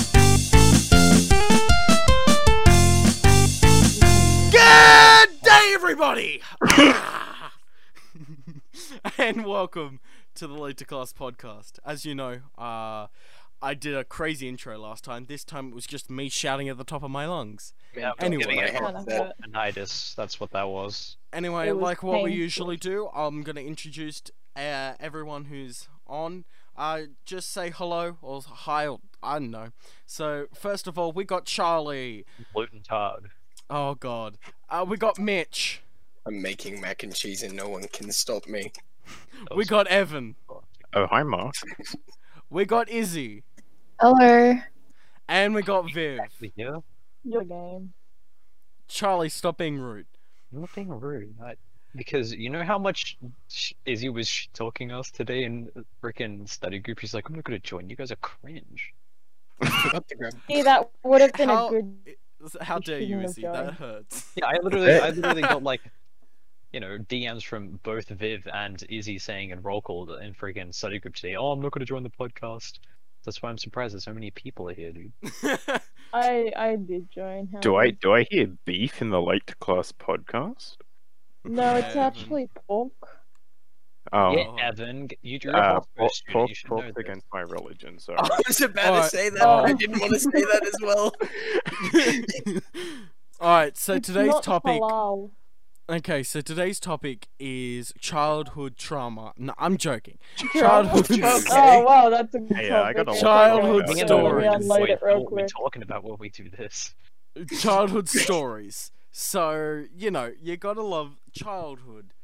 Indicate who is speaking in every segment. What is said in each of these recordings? Speaker 1: everybody! Ah. and welcome to the Late to Class podcast. As you know, uh, I did a crazy intro last time. This time it was just me shouting at the top of my lungs.
Speaker 2: Yeah,
Speaker 1: Anyway.
Speaker 2: giving it a
Speaker 3: Kind of hurt.
Speaker 2: tinnitus. That's what that was.
Speaker 1: Anyway,
Speaker 3: It was
Speaker 1: like what we
Speaker 3: painful.
Speaker 1: usually do, I'm going to introduce uh, everyone who's on. Uh, just say hello or hi, or, I don't know. So, first of all, we got Charlie.
Speaker 2: Gluten tard.
Speaker 1: Oh, God. Uh, we got Mitch.
Speaker 4: I'm making mac and cheese and no one can stop me.
Speaker 1: We got Evan.
Speaker 5: Oh, hi, Mark.
Speaker 1: We got Izzy.
Speaker 3: Hello.
Speaker 1: And we got Viv.
Speaker 2: We here?
Speaker 3: Your game.
Speaker 1: Charlie, stop being rude.
Speaker 2: I'm not being rude. I... Because you know how much sh- Izzy was sh- talking us today in freaking study group. He's like, "I'm not gonna join. You guys are cringe."
Speaker 4: Forgot to grab-
Speaker 3: See, that would have been
Speaker 1: How-
Speaker 3: a good.
Speaker 1: How dare you,
Speaker 3: shouldn't have
Speaker 1: Izzy? That
Speaker 3: joined.
Speaker 1: hurts.
Speaker 2: Yeah, I literally, I literally got like, you know, DMs from both Viv and Izzy saying in roll call in freaking study group today. Oh, I'm not gonna join the podcast. That's why I'm surprised there's so many people here, dude.
Speaker 3: I I did join. How
Speaker 5: Do I
Speaker 3: did-
Speaker 5: do I hear beef in the late to class podcast?
Speaker 3: No, it's
Speaker 1: Yeah,
Speaker 3: actually pork.
Speaker 5: Oh,
Speaker 2: Yeah, Evan, g- you drew
Speaker 5: uh,
Speaker 2: a
Speaker 5: pork, pork,
Speaker 2: you should know
Speaker 5: pork's
Speaker 2: this.
Speaker 5: against my religion. Sorry.
Speaker 4: I was about
Speaker 1: Alright.
Speaker 4: to say that,
Speaker 2: Oh.
Speaker 4: but I didn't want to say that as well.
Speaker 1: Alright, so
Speaker 3: It's
Speaker 1: today's
Speaker 3: not
Speaker 1: topic.
Speaker 3: halal.
Speaker 1: Okay, so today's topic is childhood trauma. No, I'm joking.
Speaker 3: Trauma.
Speaker 1: Childhood.
Speaker 3: Oh wow, that's a good
Speaker 5: Hey, uh, I got a
Speaker 3: topic.
Speaker 1: lot to Childhood
Speaker 2: Me and
Speaker 3: Okay, so
Speaker 1: stories.
Speaker 3: We
Speaker 2: Lauren
Speaker 3: unload
Speaker 2: wait,
Speaker 3: it real
Speaker 2: what we're
Speaker 3: quick.
Speaker 2: talking about when we do this.
Speaker 1: childhood stories. So, you know, you gotta love childhood.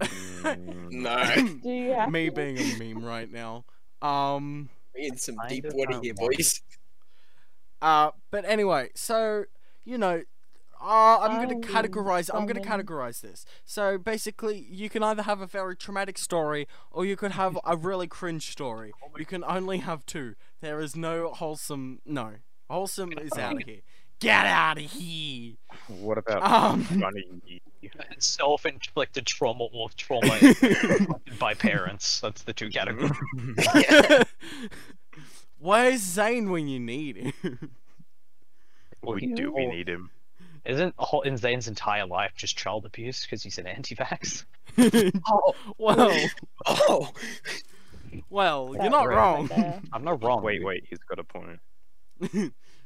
Speaker 5: Mm,
Speaker 4: No,
Speaker 3: Do you have
Speaker 1: Me
Speaker 3: to-
Speaker 1: being a meme right now. Um.
Speaker 4: we in some
Speaker 2: Kind
Speaker 4: deep
Speaker 2: of
Speaker 4: water
Speaker 2: that
Speaker 4: here,
Speaker 2: one.
Speaker 4: boys.
Speaker 1: Uh, but anyway, so you know, uh, I'm gonna
Speaker 3: Oh,
Speaker 1: categorize. I'm gonna
Speaker 3: funny.
Speaker 1: categorize this. So basically, you can either have a very traumatic story, or you could have a really cringe story. You can only have two. There is no wholesome. No, wholesome is out of here. Get out of here.
Speaker 5: what about
Speaker 1: Um,
Speaker 5: funny?
Speaker 2: Self-inflicted trauma or trauma inflicted by parents. That's the two categories.
Speaker 1: where's Zane when you need him?
Speaker 5: We do. We need him.
Speaker 2: Isn't Hot in Zane's entire life just child abuse because he's an anti-vax?
Speaker 4: Oh,
Speaker 1: well,
Speaker 4: oh,
Speaker 1: well, you're
Speaker 3: That
Speaker 1: not
Speaker 2: right
Speaker 1: wrong.
Speaker 3: there.
Speaker 2: I'm not wrong.
Speaker 5: Wait,
Speaker 2: dude.
Speaker 5: wait. He's got a point.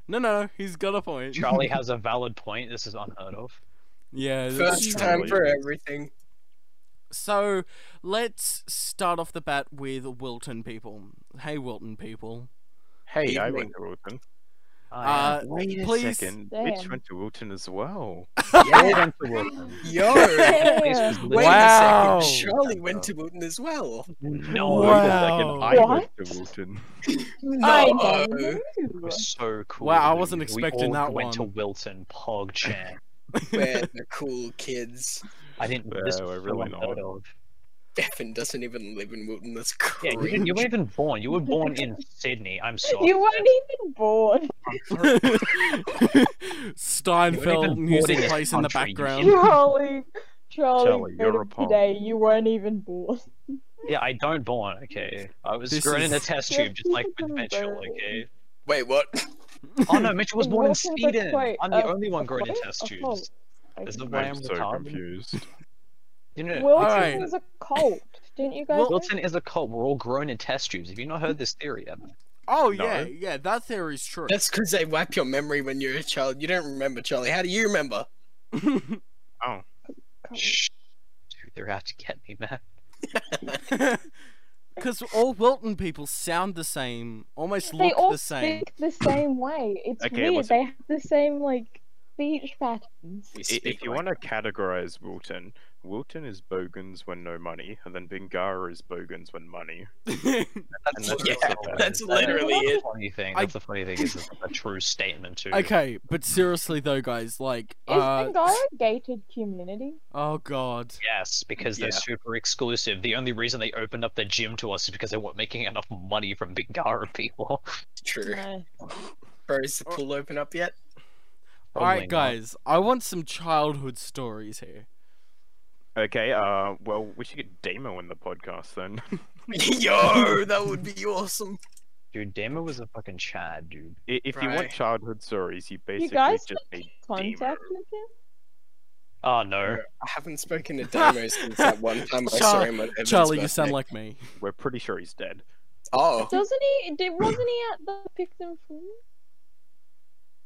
Speaker 1: no, no, he's got a point.
Speaker 2: Charlie has a valid point. This is unheard of.
Speaker 1: Yeah, that's
Speaker 4: first
Speaker 3: true.
Speaker 4: time for everything.
Speaker 1: So let's start off the bat with Wilton people. Hey, Wilton people.
Speaker 5: Hey, I
Speaker 4: Evening.
Speaker 5: went to Wilton.
Speaker 1: Uh,
Speaker 5: Wait
Speaker 1: a please-
Speaker 5: second.
Speaker 3: Damn.
Speaker 5: Mitch went to Wilton as well.
Speaker 4: Yeah, yo.
Speaker 3: Yeah.
Speaker 4: Wait
Speaker 1: Wow.
Speaker 4: a second, Charlie went to Wooten as well.
Speaker 2: No,
Speaker 5: Wait a
Speaker 1: Wow.
Speaker 5: second. I went to Wilton.
Speaker 3: I
Speaker 4: No.
Speaker 3: know.
Speaker 2: It was so cool.
Speaker 1: Wow, I
Speaker 2: dude.
Speaker 1: wasn't expecting
Speaker 2: we all
Speaker 1: that
Speaker 2: went to
Speaker 1: one.
Speaker 2: Wilton Pog Chan.
Speaker 4: We're the cool kids.
Speaker 2: I didn't. this
Speaker 5: Wow,
Speaker 2: was
Speaker 5: I
Speaker 2: so
Speaker 5: really not.
Speaker 2: unheard of.
Speaker 4: Stefan doesn't even live in Wooten. That's
Speaker 2: Yeah, you,
Speaker 4: crazy.
Speaker 2: didn't- you weren't even born. You were born in Sydney. I'm sorry.
Speaker 3: You weren't even born.
Speaker 1: Steinfeld
Speaker 2: even
Speaker 1: music
Speaker 2: born in
Speaker 1: plays
Speaker 2: this
Speaker 1: in the
Speaker 2: country, you
Speaker 1: background.
Speaker 3: Charlie, Charlie,
Speaker 5: Charlie,
Speaker 3: go
Speaker 5: you're
Speaker 3: to
Speaker 5: a punk.
Speaker 3: today you weren't even born.
Speaker 2: Yeah, I don't born. Okay, I was
Speaker 1: This
Speaker 2: grown in a
Speaker 1: is-
Speaker 2: test
Speaker 3: Yeah,
Speaker 2: tube, just like with
Speaker 3: people
Speaker 2: Mitchell.
Speaker 3: don't.
Speaker 2: Okay.
Speaker 4: Wait, what?
Speaker 2: Oh no, Mitchell was born in
Speaker 3: Wilson's like
Speaker 2: Sweden.
Speaker 3: quite
Speaker 2: I'm
Speaker 1: uh,
Speaker 2: the
Speaker 3: a-
Speaker 2: only one
Speaker 3: a
Speaker 2: grown in
Speaker 3: quite
Speaker 2: test
Speaker 3: a
Speaker 2: tubes.
Speaker 3: cult.
Speaker 2: There's no
Speaker 3: Like,
Speaker 2: way I'm
Speaker 5: I'm so
Speaker 2: retarded.
Speaker 5: confused.
Speaker 2: You know,
Speaker 3: Wilson
Speaker 1: Alright.
Speaker 3: was a cult. Didn't you guys?
Speaker 1: Wil-
Speaker 3: know?
Speaker 2: Wilson is a cult. We're all grown in test tubes. Have you not heard this theory ever?
Speaker 1: Mm. Oh
Speaker 5: No.
Speaker 1: yeah, yeah, that theory's true.
Speaker 4: That's because they wipe your memory when you're a child. You don't remember, Charlie. How do you remember?
Speaker 3: Come-
Speaker 2: Shh. Dude, they're out to get me, man.
Speaker 1: Because all Wilton people sound the same, almost
Speaker 3: they
Speaker 1: look
Speaker 3: all
Speaker 1: the same.
Speaker 3: speak the same way. It's
Speaker 5: Okay,
Speaker 3: weird.
Speaker 5: what's
Speaker 3: They have the same like speech patterns.
Speaker 4: We
Speaker 5: I-
Speaker 4: speak
Speaker 5: If you
Speaker 4: like-
Speaker 5: want to categorize Wilton, Wilton is Bogans when no money, and then Bengara is Bogans when money.
Speaker 2: That's,
Speaker 5: that's
Speaker 2: literally
Speaker 4: yeah,
Speaker 2: what it
Speaker 4: that's
Speaker 2: is.
Speaker 4: literally
Speaker 2: that's
Speaker 4: it.
Speaker 2: The funny thing.
Speaker 1: I-
Speaker 2: That's the funny thing. Is it's a true statement too.
Speaker 1: okay, but seriously though, guys, like,
Speaker 3: Is
Speaker 1: uh,
Speaker 3: Bengara a gated community?
Speaker 1: oh god,
Speaker 2: Yes, because they're
Speaker 4: Yeah.
Speaker 2: super exclusive. The only reason they opened up their gym to us is because they weren't making enough money from Bengara people.
Speaker 4: True.
Speaker 3: No.
Speaker 4: Bro, is the pool open up yet?
Speaker 1: all right,
Speaker 2: Probably not.
Speaker 1: guys, I want some childhood stories here.
Speaker 5: Okay, uh, well, we should get Demo in the podcast then.
Speaker 4: Yo, that would be awesome.
Speaker 2: Dude, Demo was a fucking Chad, dude.
Speaker 5: I- If you want
Speaker 4: Right.
Speaker 5: childhood stories, you basically
Speaker 3: guys
Speaker 5: just need Demo.
Speaker 3: Contact with him?
Speaker 2: Oh no.
Speaker 4: I haven't spoken to Damo since that one time I saw
Speaker 1: Char-
Speaker 4: him at Evan's
Speaker 1: Charlie, you
Speaker 4: birthday.
Speaker 1: sound like me.
Speaker 5: We're pretty sure he's dead.
Speaker 4: Oh,
Speaker 3: Doesn't he? Did, wasn't he at the Picton Fool?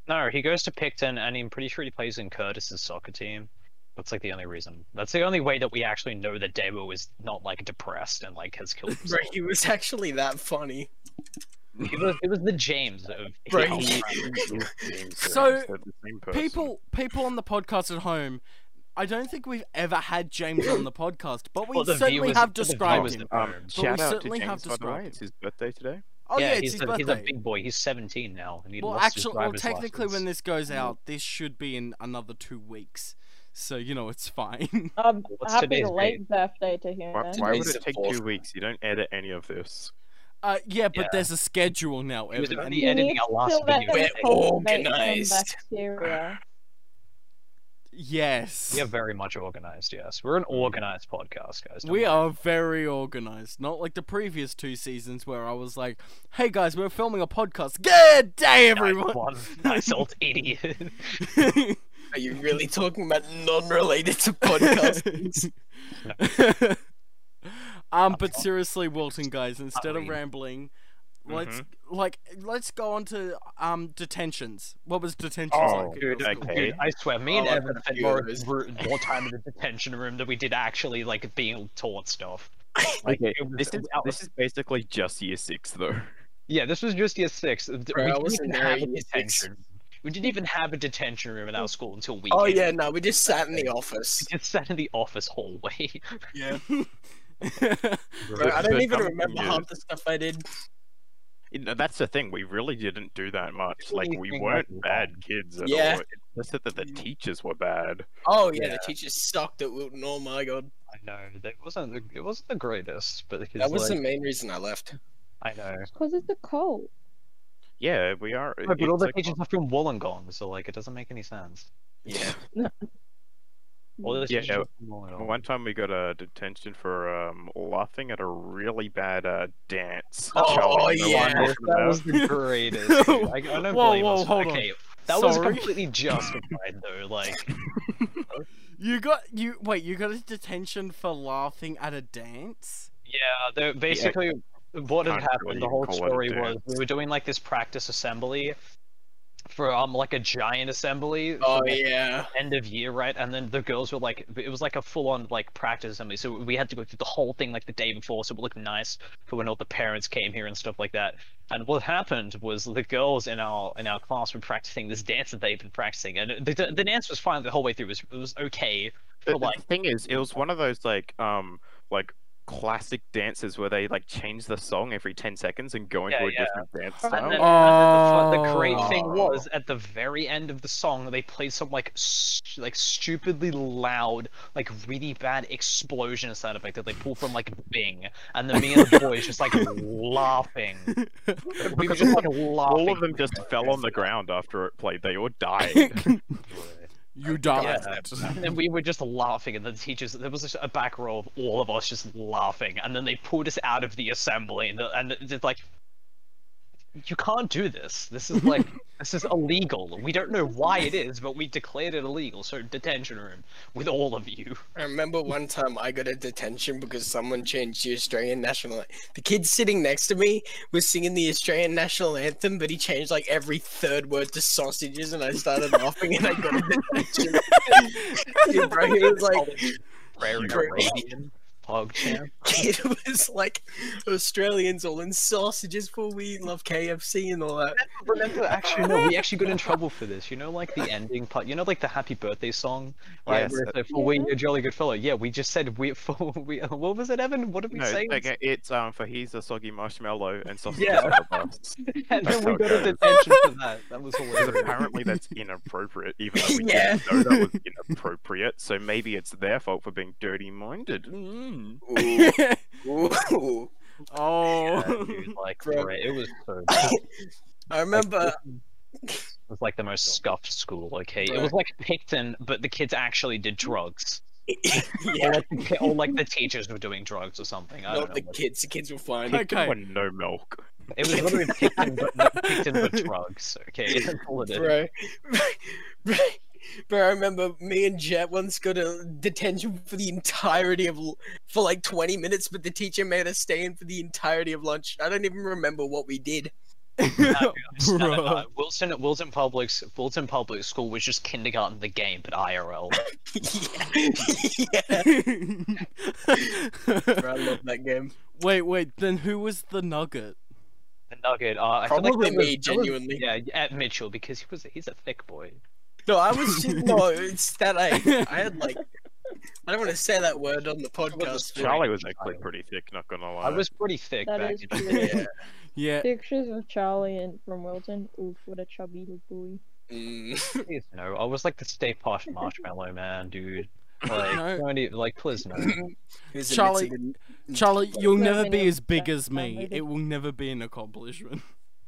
Speaker 2: No, he goes to Picton and I'm pretty sure he plays in Curtis's soccer team. That's like the only reason. That's the only way that we actually know that Demo is not like depressed and like has killed
Speaker 4: bro,
Speaker 2: himself.
Speaker 4: he was actually that funny.
Speaker 2: it, was, it was the James of
Speaker 4: Bro,
Speaker 2: he-
Speaker 4: he-
Speaker 1: So,
Speaker 5: They're the same person.
Speaker 1: People, people on the podcast at home, I don't think we've ever had James on the podcast, but we
Speaker 2: Well, the
Speaker 1: certainly
Speaker 2: viewers-
Speaker 1: have
Speaker 2: the
Speaker 1: described
Speaker 2: viewers
Speaker 1: him.
Speaker 2: that-
Speaker 5: Um,
Speaker 2: But we
Speaker 5: shout out to
Speaker 1: certainly have
Speaker 5: James, by the way.
Speaker 1: described
Speaker 5: It's his birthday today.
Speaker 1: Oh yeah, it's
Speaker 2: he's,
Speaker 1: his
Speaker 2: a,
Speaker 1: birthday.
Speaker 2: he's a big boy. He's 17 now, and he
Speaker 1: well,
Speaker 2: lost
Speaker 1: actually,
Speaker 2: his
Speaker 1: well,
Speaker 2: driver's
Speaker 1: technically,
Speaker 2: license.
Speaker 1: when this goes out, this should be in another two weeks, so you know it's fine.
Speaker 3: Um,
Speaker 2: What's
Speaker 3: happy
Speaker 2: today's
Speaker 3: late birthday to him.
Speaker 5: Why,
Speaker 3: then.
Speaker 5: why would
Speaker 4: Today's
Speaker 5: it
Speaker 4: the
Speaker 5: take
Speaker 4: fourth.
Speaker 5: two weeks? You don't edit any of this.
Speaker 1: Uh, yeah, but
Speaker 2: Yeah.
Speaker 1: there's a schedule now,
Speaker 2: he was
Speaker 1: Evan.
Speaker 2: only
Speaker 3: He
Speaker 2: editing
Speaker 3: needs
Speaker 2: our last
Speaker 3: to let
Speaker 2: video.
Speaker 3: them
Speaker 4: We're
Speaker 2: today.
Speaker 3: Make some
Speaker 4: organized.
Speaker 3: bacteria.
Speaker 1: Yes,
Speaker 2: We are very much organized. Yes, we're an organized podcast, guys. don't
Speaker 1: Mm. we
Speaker 2: worry.
Speaker 1: are very organized. Not like the previous two seasons where I was like, "Hey guys, we're filming a podcast. Good day,
Speaker 2: Nice
Speaker 1: everyone."
Speaker 2: one, nice old idiot.
Speaker 4: Are you really talking about non-related to podcasts?
Speaker 1: um, but seriously, Wilton, guys, instead of
Speaker 2: Sorry.
Speaker 1: rambling, let's
Speaker 2: Mm-hmm.
Speaker 1: like let's go on to um detentions. What was detentions
Speaker 5: Oh,
Speaker 1: like? at your
Speaker 2: dude,
Speaker 1: school?
Speaker 5: okay.
Speaker 2: Dude, I swear, me and
Speaker 4: Oh, I've
Speaker 2: Evan
Speaker 4: had a
Speaker 2: spent
Speaker 4: few of
Speaker 2: more,
Speaker 4: those.
Speaker 2: ru- more time in the detention room than we did actually like being taught stuff. Like,
Speaker 5: Okay,
Speaker 2: it was-
Speaker 5: this is
Speaker 2: out-
Speaker 5: this is basically just year six though.
Speaker 2: yeah, this was just year six. Th-
Speaker 4: Bro, I
Speaker 2: we didn't
Speaker 4: wasn't
Speaker 2: even
Speaker 4: there
Speaker 2: have a
Speaker 4: in year six.
Speaker 2: detention. We didn't even have a detention room in our school until we.
Speaker 4: oh
Speaker 2: came.
Speaker 4: yeah, no, we just sat in the office.
Speaker 2: We just sat in the office hallway.
Speaker 4: Yeah, bro,
Speaker 5: But-
Speaker 4: I don't
Speaker 5: but
Speaker 4: even
Speaker 5: something
Speaker 4: remember
Speaker 5: is-
Speaker 4: half the stuff I did.
Speaker 5: You know, that's the thing. We really didn't do that much. Like
Speaker 2: Really
Speaker 5: we
Speaker 2: think, like,
Speaker 5: weren't bad kids at
Speaker 4: Yeah.
Speaker 5: all. It's just that the teachers were bad.
Speaker 4: Oh yeah,
Speaker 2: Yeah.
Speaker 4: the teachers sucked at Wilton. Oh my god,
Speaker 2: I know that wasn't the, it wasn't the greatest, but because
Speaker 4: that was
Speaker 2: like,
Speaker 4: the main reason I left.
Speaker 2: I know.
Speaker 3: Because it's a cold.
Speaker 5: Yeah, we are.
Speaker 2: No, but all
Speaker 5: it's
Speaker 2: the
Speaker 5: like-
Speaker 2: teachers are from Wollongong, so like it doesn't make any sense.
Speaker 4: Yeah,
Speaker 2: All the
Speaker 5: Yeah,
Speaker 2: teachers
Speaker 5: no,
Speaker 2: are from Wollongong.
Speaker 5: One time we got a detention for um, laughing at a really bad uh, dance.
Speaker 4: Oh,
Speaker 5: Charlie, you know what I'm
Speaker 4: yeah.
Speaker 5: talking
Speaker 2: That
Speaker 5: about?
Speaker 2: was the greatest. dude. I, I don't
Speaker 1: Whoa,
Speaker 2: blame
Speaker 1: whoa,
Speaker 2: us.
Speaker 1: hold on.
Speaker 2: okay, that was
Speaker 1: Sorry.
Speaker 2: completely justified though. Like,
Speaker 1: you got you wait, you got a detention for laughing at a dance?
Speaker 2: yeah, they're basically what had
Speaker 5: can't really
Speaker 2: happened. The
Speaker 5: even
Speaker 2: whole
Speaker 5: call it a
Speaker 2: story was
Speaker 5: dance.
Speaker 2: we were doing like this practice assembly for um like a giant assembly. for,
Speaker 4: oh
Speaker 2: like,
Speaker 4: yeah.
Speaker 2: end of year, right? And then the girls were like, it was like a full on like practice assembly. So we had to go through the whole thing like the day before, so it looked nice for when all the parents came here and stuff like that. And what happened was the girls in our in our class were practicing this dance that they've been practicing, and the, the, the dance was fine the whole way through. It was it was okay. But,
Speaker 5: The, the
Speaker 2: like-
Speaker 5: thing is, it was one of those like um like classic dances where they like change the song every ten seconds and go into
Speaker 2: Yeah,
Speaker 5: a
Speaker 2: yeah.
Speaker 5: different dance
Speaker 2: And
Speaker 5: style.
Speaker 2: then- and then the, fu- the
Speaker 1: Oh.
Speaker 2: great thing
Speaker 4: Oh.
Speaker 2: was at the very end of the song, they played some like st- like stupidly loud, like really bad explosion sound effect that they pulled from like Bing, and the me and the boys just like laughing. We were just like laughing.
Speaker 5: All of them just fell on the ground after it played. They all died.
Speaker 1: you died.
Speaker 2: And then we were just laughing, and the teachers. There was just a back row of all of us just laughing, and then they pulled us out of the assembly, and, the, and it's like, you can't do this. This is like, this is illegal. We don't know why it is, but we declared it illegal. So detention room with all of you.
Speaker 4: I remember one time I got a detention because someone changed the Australian national. an- The kid sitting next to me was singing the Australian national anthem, but he changed like every third word to sausages, and I started laughing, and I got a detention. Dude, bro, he was like,
Speaker 2: Rarian,
Speaker 4: Bro.
Speaker 2: Arabian, PogChamp.
Speaker 4: it was like Australians all in sausages for we love KFC and all that.
Speaker 2: Remember, actually, no, we actually got in trouble for this. You know, like the ending part. You know, like the Happy Birthday song. Like,
Speaker 5: Yes.
Speaker 2: where it's like, for we, a jolly good fellow. Yeah, we just said we for we. What was it, Evan? What did we
Speaker 5: no,
Speaker 2: say?
Speaker 5: okay, it's um for he's a soggy marshmallow and sausages
Speaker 2: Yeah.
Speaker 5: on a bus.
Speaker 2: And
Speaker 5: That's
Speaker 2: then we
Speaker 5: how it
Speaker 2: got a
Speaker 5: goes.
Speaker 2: detention for that. That was
Speaker 5: Because
Speaker 2: hilarious.
Speaker 5: apparently that's inappropriate, even though we
Speaker 4: Yeah.
Speaker 5: didn't know that was inappropriate. So maybe it's their fault for being dirty-minded. Mm.
Speaker 4: Ooh, ooh.
Speaker 1: oh.
Speaker 2: Yeah, dude, like,
Speaker 4: Bro.
Speaker 2: right, it was so bad. Like,
Speaker 4: I remember.
Speaker 2: it was like the most scuffed school, okay? It
Speaker 4: Bro.
Speaker 2: was like Picton, but the kids actually did drugs. Or
Speaker 4: yeah,
Speaker 2: like, the, ki- or like the teachers were doing drugs or something. I don't
Speaker 4: not
Speaker 2: know.
Speaker 4: the
Speaker 2: what-
Speaker 4: kids. The kids were fine.
Speaker 1: Okay.
Speaker 5: They want no milk.
Speaker 2: It was literally Picton, but, Picton but drugs, okay? That's all it is.
Speaker 4: bro. But I remember me and Jet once got a detention for the entirety of l- for like 20 minutes, but the teacher made us stay in for the entirety of lunch. I don't even remember what we did.
Speaker 2: No, no, no.
Speaker 1: Bruh.
Speaker 2: uh, Wilson Wilson Public Wilson Public School was just kindergarten the game, but IRL.
Speaker 4: yeah. yeah. Bro, I love that game.
Speaker 1: wait, wait. Then who was the nugget?
Speaker 2: The Nugget. Uh, I feel like
Speaker 4: Probably
Speaker 2: that was- that
Speaker 4: me,
Speaker 2: was-
Speaker 4: genuinely.
Speaker 2: yeah, at Mitchell because he was he's a thick boy.
Speaker 4: No, I was just, no, it's that I I had like I don't want to say that word on the podcast. but-
Speaker 5: Charlie was actually pretty thick, not gonna lie.
Speaker 2: I was pretty thick
Speaker 3: That
Speaker 2: back
Speaker 3: is
Speaker 2: in
Speaker 3: true.
Speaker 4: Yeah.
Speaker 1: Yeah.
Speaker 3: Pictures of Charlie and from Wilton. Oof, what a chubby little boy.
Speaker 4: Mm.
Speaker 2: Please no. I was like the Stay Posh Marshmallow Man, dude. Like,
Speaker 1: No.
Speaker 2: don't even, like, please no.
Speaker 4: mm. It was a
Speaker 1: Charlie-
Speaker 4: Mexican-
Speaker 1: Charlie, you'll
Speaker 3: Yeah,
Speaker 1: never
Speaker 3: many
Speaker 1: be
Speaker 3: of
Speaker 1: as big
Speaker 3: them
Speaker 1: as me.
Speaker 3: downloaded.
Speaker 1: It will never be an accomplishment.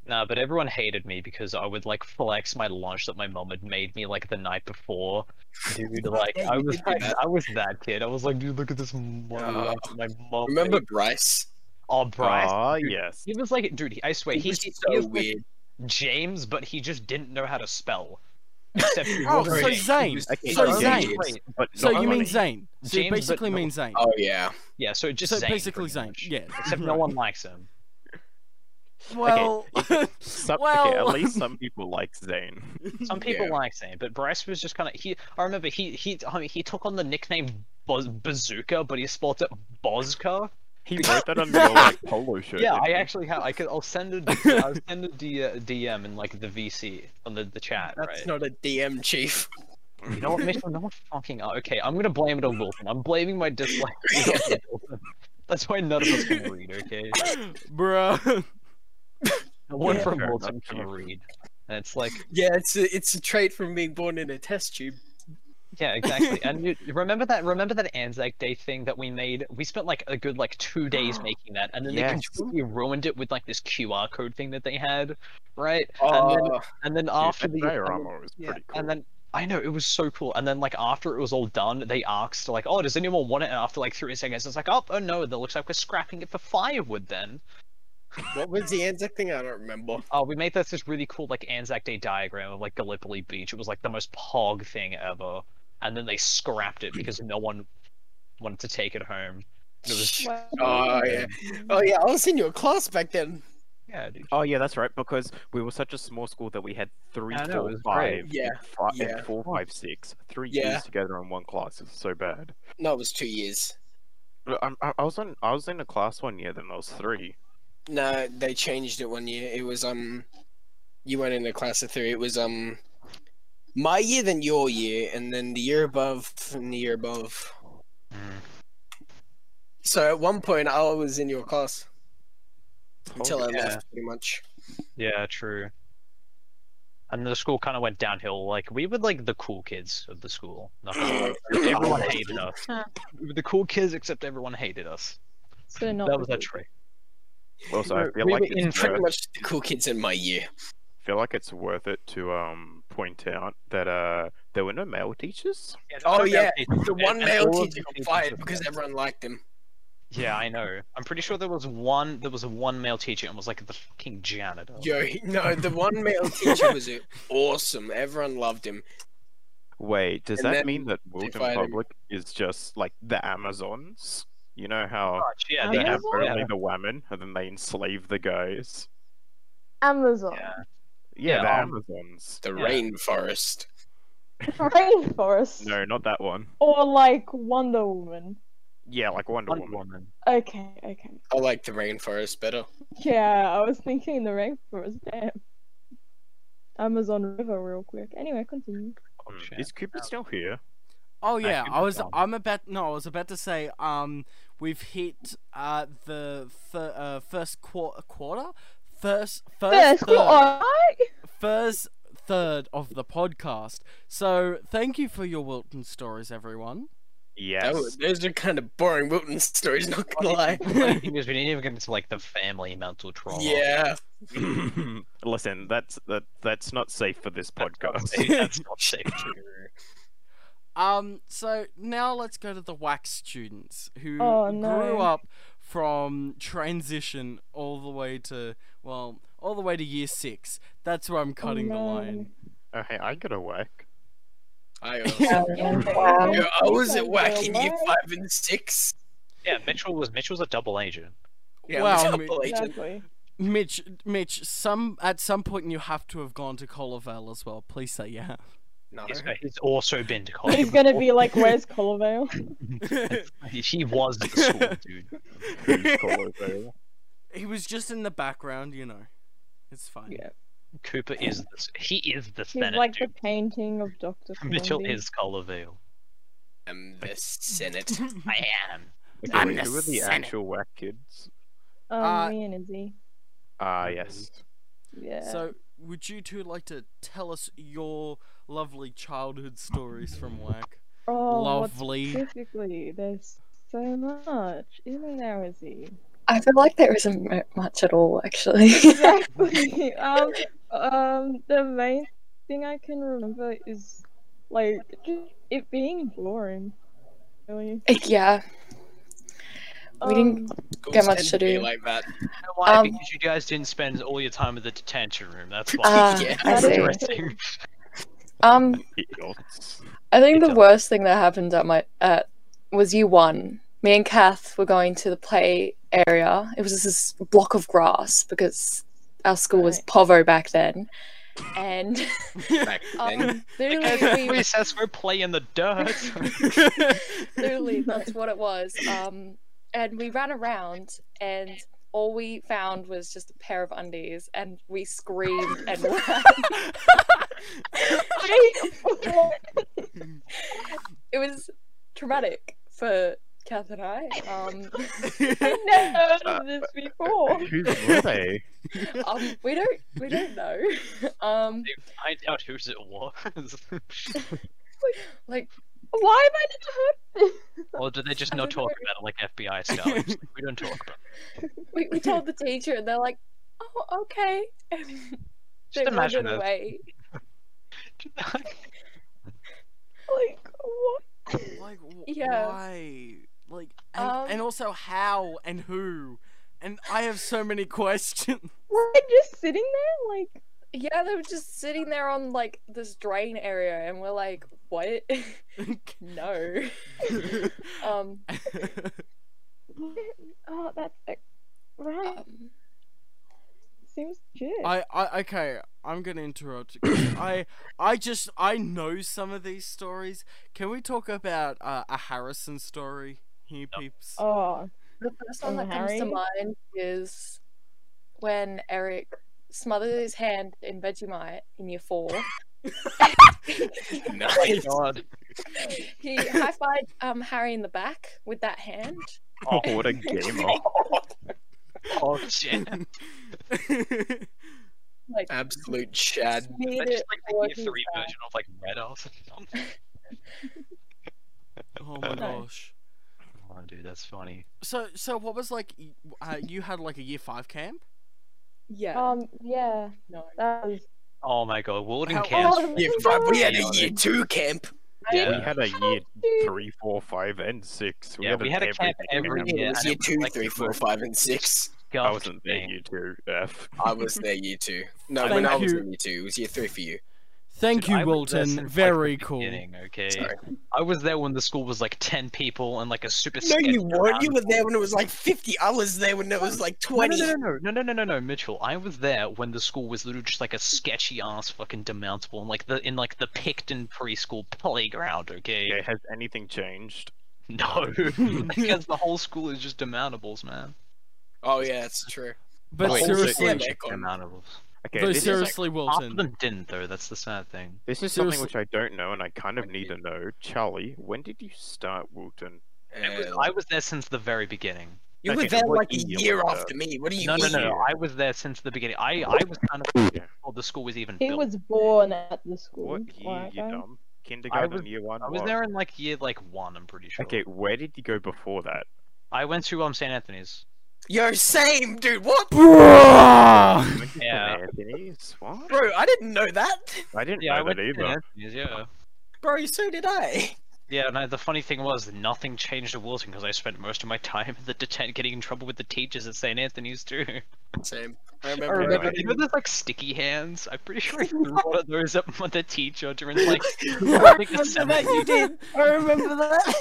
Speaker 2: Nah, but everyone hated me because I would like flex my lunch that my mom had made me like the night before. Dude, like
Speaker 4: Yeah,
Speaker 2: I
Speaker 4: you
Speaker 2: was
Speaker 4: did
Speaker 2: that,
Speaker 4: that.
Speaker 2: I was that kid. I was like, dude, look at this money
Speaker 4: Oh.
Speaker 2: lunch my mom. made."
Speaker 4: Remember Bryce?
Speaker 2: Oh, Bryce.
Speaker 5: Ah,
Speaker 2: dude.
Speaker 5: yes.
Speaker 2: He was like, dude, I swear,
Speaker 4: He,
Speaker 2: he,
Speaker 4: was
Speaker 2: he- he
Speaker 4: so
Speaker 2: was like
Speaker 4: weird.
Speaker 2: James, but he just didn't know how to spell. Except he
Speaker 1: Oh,
Speaker 2: was
Speaker 1: so
Speaker 2: great.
Speaker 4: He
Speaker 2: He
Speaker 1: Zane.
Speaker 4: was
Speaker 5: Okay,
Speaker 1: So
Speaker 2: was
Speaker 4: so
Speaker 1: Zane.
Speaker 4: weird.
Speaker 2: great.
Speaker 5: But
Speaker 1: So
Speaker 5: not
Speaker 1: you mean
Speaker 5: funny.
Speaker 1: Zane? So you
Speaker 2: James, but
Speaker 1: basically
Speaker 2: no-
Speaker 1: mean Zane.
Speaker 4: Oh yeah.
Speaker 2: Yeah, so just
Speaker 1: So
Speaker 2: Zane,
Speaker 1: basically
Speaker 2: pretty
Speaker 1: Zane,
Speaker 2: much.
Speaker 1: yeah.
Speaker 2: Except no one likes him.
Speaker 1: Well,
Speaker 5: Some, okay, at
Speaker 1: well.
Speaker 5: least some people like Zane.
Speaker 2: Some people
Speaker 4: Yeah.
Speaker 2: like Zane, but Bryce was just kind of he. I remember he he I mean, he took on the nickname Boz, Bazooka, but he spelled it Bozka.
Speaker 5: He wrote that on your like polo shirt.
Speaker 2: Yeah,
Speaker 5: didn't
Speaker 2: I
Speaker 5: he?
Speaker 2: actually have. I could. I'll send a. I'll send a D, uh, DM in like the VC on the, the chat.
Speaker 4: That's
Speaker 2: right.
Speaker 4: not a DM chief.
Speaker 2: You know what, Mitchell? No one fucking. oh, okay, I'm gonna blame it on Wilton. I'm blaming my dislike. on Wilton. That's why none of us can read. Okay,
Speaker 1: bruh.
Speaker 2: no one
Speaker 4: Yeah,
Speaker 2: from
Speaker 5: fair
Speaker 2: Wilton
Speaker 5: enough,
Speaker 2: can
Speaker 5: Chief.
Speaker 2: read. And it's like,
Speaker 4: Yeah, it's a, it's a trait from being born in a test tube.
Speaker 2: yeah, exactly. And you, remember that? Remember that Anzac Day thing that we made? We spent like a good like two days making that, and then
Speaker 5: Yes.
Speaker 2: they completely ruined it with like this QR code thing that they had, right?
Speaker 4: Oh,
Speaker 2: and then and then
Speaker 5: Dude,
Speaker 2: after
Speaker 5: that
Speaker 2: the and-
Speaker 5: diorama was
Speaker 2: Yeah,
Speaker 5: pretty cool.
Speaker 2: and then I know it was so cool. And then like after it was all done, they asked like, "Oh, does anyone want it?" And after like three seconds, it's like, "Oh, oh no, that looks like we're scrapping it for firewood." Then
Speaker 4: what was the Anzac thing? I don't remember.
Speaker 2: oh, we made this this really cool like Anzac Day diagram of like Gallipoli Beach. It was like the most pog thing ever. And then they scrapped it because no one wanted to take it home. It was
Speaker 3: Wow.
Speaker 4: Oh yeah. Oh yeah. I was in your class back then.
Speaker 2: yeah, dude.
Speaker 5: Oh yeah, that's right. Because we were such a small school that we had three,
Speaker 2: I know, it
Speaker 5: four,
Speaker 2: was great.
Speaker 5: five,
Speaker 4: Yeah.
Speaker 5: fi- and
Speaker 4: yeah.
Speaker 5: four, five, six. Three
Speaker 4: Yeah.
Speaker 5: years together in one class. It's so bad.
Speaker 4: No, it was two years.
Speaker 5: But I'm- I, I was in I was in a class one year. Then there was three.
Speaker 4: No, they changed it one year. It was um, you went in a class of three. It was um, my year, then your year, and then the year above, and the year above.
Speaker 2: Mm.
Speaker 4: So at one point, I was in your class until I
Speaker 5: Holy-
Speaker 2: yeah.
Speaker 4: left, pretty much.
Speaker 2: Yeah, true. And the school kind of went downhill. Like we were like the cool kids of the school. Not gonna lie. everyone hated us. We were the cool kids, except everyone hated us.
Speaker 3: So not
Speaker 2: that was
Speaker 3: the
Speaker 2: a
Speaker 3: cool
Speaker 2: trick.
Speaker 5: Also,
Speaker 2: we
Speaker 5: I feel
Speaker 2: were
Speaker 5: like
Speaker 2: in
Speaker 5: it's
Speaker 4: Pretty
Speaker 5: worth,
Speaker 4: much the cool kids in my year.
Speaker 5: feel like it's worth it to um point out that uh there were no male teachers.
Speaker 4: Oh, yeah,
Speaker 2: the
Speaker 4: The one male teacher got fired because everyone liked him.
Speaker 2: Yeah, I know. I'm pretty sure there was one. There was one male teacher and was like the fucking janitor.
Speaker 4: Yo, he- no, the one male teacher was awesome. Everyone loved him.
Speaker 5: Wait, does
Speaker 4: And
Speaker 5: that
Speaker 4: then
Speaker 5: mean that Wilton
Speaker 4: fired him.
Speaker 5: Public is just like the Amazons? You know how
Speaker 2: Much, Oh, Yeah,
Speaker 3: I
Speaker 5: they
Speaker 2: they
Speaker 3: know.
Speaker 5: have
Speaker 2: have.
Speaker 3: Amazon?
Speaker 5: only the women and then they enslave the guys.
Speaker 3: Amazon.
Speaker 2: Yeah.
Speaker 5: Yeah,
Speaker 2: Yeah,
Speaker 5: the
Speaker 2: um,
Speaker 5: Amazons.
Speaker 4: The
Speaker 2: Yeah.
Speaker 4: rainforest.
Speaker 3: Rainforest.
Speaker 5: No, not that one.
Speaker 3: Or like Wonder Woman.
Speaker 5: Yeah, like Wonder
Speaker 2: Wonder
Speaker 5: Woman.
Speaker 2: Woman.
Speaker 3: Okay, okay.
Speaker 4: I like the rainforest better.
Speaker 3: Yeah, I was thinking the rainforest. Damn. Amazon River, real quick. Anyway, continue.
Speaker 2: Oh,
Speaker 5: Mm.
Speaker 2: shit.
Speaker 5: Is Cooper still here?
Speaker 1: Oh yeah,
Speaker 2: can
Speaker 1: I was.
Speaker 2: become.
Speaker 1: I'm about. No, I was about to say. Um, we've hit uh the th- uh, first quarter quarter first first
Speaker 3: First,
Speaker 1: third,
Speaker 3: quarter.
Speaker 1: first third of the podcast. So thank you for your Wilton stories, everyone.
Speaker 5: Yes.
Speaker 4: That was- those are kind of boring Wilton stories, not gonna lie.
Speaker 2: Funny thing is, we didn't even get into like the family mental trauma.
Speaker 4: Yeah.
Speaker 5: Listen, that's that that's not safe for this
Speaker 2: That's not
Speaker 5: podcast.
Speaker 2: safe- That's not safe.
Speaker 1: Um, so now let's go to the wax students who
Speaker 3: Oh,
Speaker 1: grew
Speaker 3: no.
Speaker 1: up from transition all the way to well, all the way to year six. That's where I'm cutting the
Speaker 3: no.
Speaker 1: line.
Speaker 5: oh, hey, I got a whack.
Speaker 4: I was. Yo, I was at whack in year five and six.
Speaker 2: Yeah, Mitchell was Mitchell's a double agent.
Speaker 4: Yeah,
Speaker 1: Wow,
Speaker 4: wow,
Speaker 1: mate.
Speaker 4: agent.
Speaker 3: Exactly.
Speaker 1: Mitch, Mitch, some at some point you have to have gone to Collevale as well. Please say yeah.
Speaker 4: No.
Speaker 2: He's, he's also been to college.
Speaker 3: He's gonna be like, "Where's Colvale?"
Speaker 2: He was at the school, dude.
Speaker 5: Who's Colo Vale?
Speaker 1: he was just in the background, you know. It's fine.
Speaker 3: Yeah.
Speaker 2: Cooper is the, he is the
Speaker 3: He's
Speaker 2: Senate.
Speaker 3: like the
Speaker 2: dude.
Speaker 3: painting of Doctor.
Speaker 2: Mitchell is Colorville.
Speaker 4: I'm the Senate.
Speaker 2: I am.
Speaker 5: Okay,
Speaker 1: I'm
Speaker 5: wait,
Speaker 1: the
Speaker 5: who are the
Speaker 1: Senate.
Speaker 5: actual whack kids?
Speaker 3: Um,
Speaker 1: Uh,
Speaker 3: me and Izzy.
Speaker 5: Ah, yes.
Speaker 3: Yeah.
Speaker 1: So, would you two like to tell us your lovely childhood stories from Whack?
Speaker 3: oh, what
Speaker 1: lovely.
Speaker 3: specifically? There's so much, isn't there, Izzy?
Speaker 6: I feel like there isn't mu- much at all, actually.
Speaker 3: exactly. Um, um, the main thing I can remember is like ju- it being boring. Really. Um,
Speaker 6: yeah, We didn't-
Speaker 4: Schools
Speaker 6: Got much
Speaker 4: tend
Speaker 6: to
Speaker 4: be
Speaker 6: do.
Speaker 4: like that.
Speaker 2: Why?
Speaker 6: Um,
Speaker 2: because you guys didn't spend all your time at the detention room. That's why.
Speaker 6: Ah,
Speaker 3: uh,
Speaker 4: Yeah.
Speaker 6: I
Speaker 3: That is
Speaker 6: see.
Speaker 2: Interesting.
Speaker 6: Um,
Speaker 5: Idiots.
Speaker 6: I think the
Speaker 2: Pizza.
Speaker 6: worst thing that happened at my at was year one. Me and Kath were going to the play area. It was just this block of grass because our school was
Speaker 3: Right.
Speaker 6: Povo back then, and
Speaker 4: Back
Speaker 6: um,
Speaker 4: then.
Speaker 6: literally,
Speaker 2: Every
Speaker 6: we,
Speaker 2: recess we're playing the dirt.
Speaker 6: literally that's what it was. Um, and we ran around, and all we found was just a pair of undies, and we screamed and ran. it was traumatic for Kath and I. Um,
Speaker 3: I've never heard of this before.
Speaker 5: Who were they?
Speaker 6: um, we don't we don't know. Um,
Speaker 2: Find out whose it was.
Speaker 6: like
Speaker 3: Why am I not heard?
Speaker 2: or do they just
Speaker 6: I
Speaker 2: not
Speaker 6: don't
Speaker 2: talk about it like FBI scouts? Like, we don't talk about it.
Speaker 6: we, we told the teacher, and they're like, "Oh, okay." And they
Speaker 2: Just
Speaker 6: went
Speaker 2: imagine it.
Speaker 6: away.
Speaker 3: Like what?
Speaker 1: like, wh-
Speaker 6: Yeah.
Speaker 1: why? Like, and, and
Speaker 6: Um,
Speaker 1: also how and who? And I have so many questions.
Speaker 3: Were they just sitting there? Like
Speaker 6: Yeah, they were just sitting there on like this drain area, and we're like, "What? no." Um,
Speaker 3: oh, that's like, right.
Speaker 6: um,
Speaker 3: Seems legit.
Speaker 1: I, I okay. I'm gonna interrupt. 'cause I I just I know some of these stories. Can we talk about uh, a Harrison story here, peeps?
Speaker 3: Oh,
Speaker 6: the first
Speaker 3: From
Speaker 6: one that comes to
Speaker 3: Harry?
Speaker 6: mind is when Eric smothers his hand in Vegemite in year four.
Speaker 5: Oh,
Speaker 4: Nice.
Speaker 2: God.
Speaker 6: he high fived um, Harry in the back with that hand.
Speaker 5: Oh, what a game off.
Speaker 2: Oh shit.
Speaker 6: Like
Speaker 4: Absolute shad.
Speaker 6: smeared
Speaker 2: That's
Speaker 6: it
Speaker 2: just
Speaker 6: all
Speaker 2: like the
Speaker 6: over his
Speaker 2: year three
Speaker 6: back.
Speaker 2: version of like Red Elf.
Speaker 1: oh my
Speaker 5: No.
Speaker 1: gosh.
Speaker 2: oh, dude, that's funny.
Speaker 1: So so what was like? y- Uh, you had like a year five camp.
Speaker 6: Yeah.
Speaker 3: um, yeah,
Speaker 6: no.
Speaker 3: that was.
Speaker 2: Oh my god, Walden
Speaker 1: How-
Speaker 2: Camp.
Speaker 3: Oh,
Speaker 4: Year
Speaker 3: my
Speaker 4: five, we
Speaker 3: God.
Speaker 4: had a year two camp.
Speaker 5: We
Speaker 2: yeah.
Speaker 5: had a year
Speaker 3: Dude.
Speaker 5: three, four, five, and six.
Speaker 2: Yeah, we had a camp
Speaker 5: everything
Speaker 2: every
Speaker 5: in
Speaker 2: year.
Speaker 5: our-
Speaker 4: It was year two,
Speaker 2: like,
Speaker 4: three, four, five, and six.
Speaker 5: I
Speaker 2: Guff
Speaker 5: wasn't there,
Speaker 2: thing.
Speaker 5: you two. F.
Speaker 4: I was there year two. No,
Speaker 1: Thank
Speaker 4: when I was
Speaker 1: you.
Speaker 4: in year two, it was year three for you.
Speaker 1: Thank
Speaker 2: Dude,
Speaker 1: you,
Speaker 2: I was there
Speaker 1: Walton.
Speaker 2: since, like, the
Speaker 1: Very cool.
Speaker 2: beginning, okay.
Speaker 4: Sorry.
Speaker 2: I was there when the school was like ten people and like a super.
Speaker 4: No, you
Speaker 2: sketchy
Speaker 4: weren't.
Speaker 2: round
Speaker 4: You were there when it was like 50. I was there when it was like 20.
Speaker 2: No, no, no, no, no, no, no, no, Mitchell. I was there when the school was literally just like a sketchy ass fucking demountable, and like the in like the Picton preschool playground. Okay,
Speaker 5: Okay, has anything changed?
Speaker 2: no, because the whole school is just demountables, man.
Speaker 4: Oh, yeah, that's true.
Speaker 1: But
Speaker 5: Wait, so-
Speaker 1: seriously,
Speaker 4: Yeah,
Speaker 2: Just demountables.
Speaker 5: Okay,
Speaker 1: though
Speaker 5: this, is, like,
Speaker 1: seriously,
Speaker 2: Half of
Speaker 1: Walton.
Speaker 2: them didn't though. That's the sad thing.
Speaker 5: this is something
Speaker 1: seriously-
Speaker 5: which I don't know, and I kind of need to know. Charlie, when did you start Wilton?
Speaker 2: It was,
Speaker 4: Uh,
Speaker 2: I was there since the very beginning.
Speaker 4: you were
Speaker 5: okay,
Speaker 4: there
Speaker 5: what
Speaker 4: like a
Speaker 5: year
Speaker 4: year
Speaker 5: was
Speaker 4: after me. What do you
Speaker 2: No, no,
Speaker 4: mean?
Speaker 2: no, no. I was there since the beginning. I, I was kind of before the school was even
Speaker 3: He
Speaker 2: built.
Speaker 3: was born at the school.
Speaker 5: What year,
Speaker 3: alright,
Speaker 5: you
Speaker 3: guys?
Speaker 5: dumb? Kindergarten, year one?
Speaker 2: I was
Speaker 5: what?
Speaker 2: there in like year like one. I'm pretty sure.
Speaker 5: Okay, where did you go before that?
Speaker 2: I went to um St Anthony's.
Speaker 4: Yo, same, dude. What?
Speaker 1: Bruh!
Speaker 5: Went to St.
Speaker 2: Yeah.
Speaker 5: Anthony's? What?
Speaker 4: Bro, I didn't know that.
Speaker 5: I didn't
Speaker 2: Yeah, I
Speaker 5: know
Speaker 2: went
Speaker 5: that
Speaker 2: to St
Speaker 5: either.
Speaker 2: Anthony's. Yeah.
Speaker 4: Bro, so did I.
Speaker 2: Yeah, and I, the funny thing was, nothing changed at Wilton because I spent most of my time in the deten- getting in trouble with the teachers at St. Anthony's too.
Speaker 4: Same. I
Speaker 2: I
Speaker 4: remember.
Speaker 2: remember,
Speaker 5: right.
Speaker 2: you know, there's like sticky hands. I'm pretty sure I threw one of those at my- the teacher during like.
Speaker 4: I
Speaker 2: like,
Speaker 4: remember that you did. I remember that.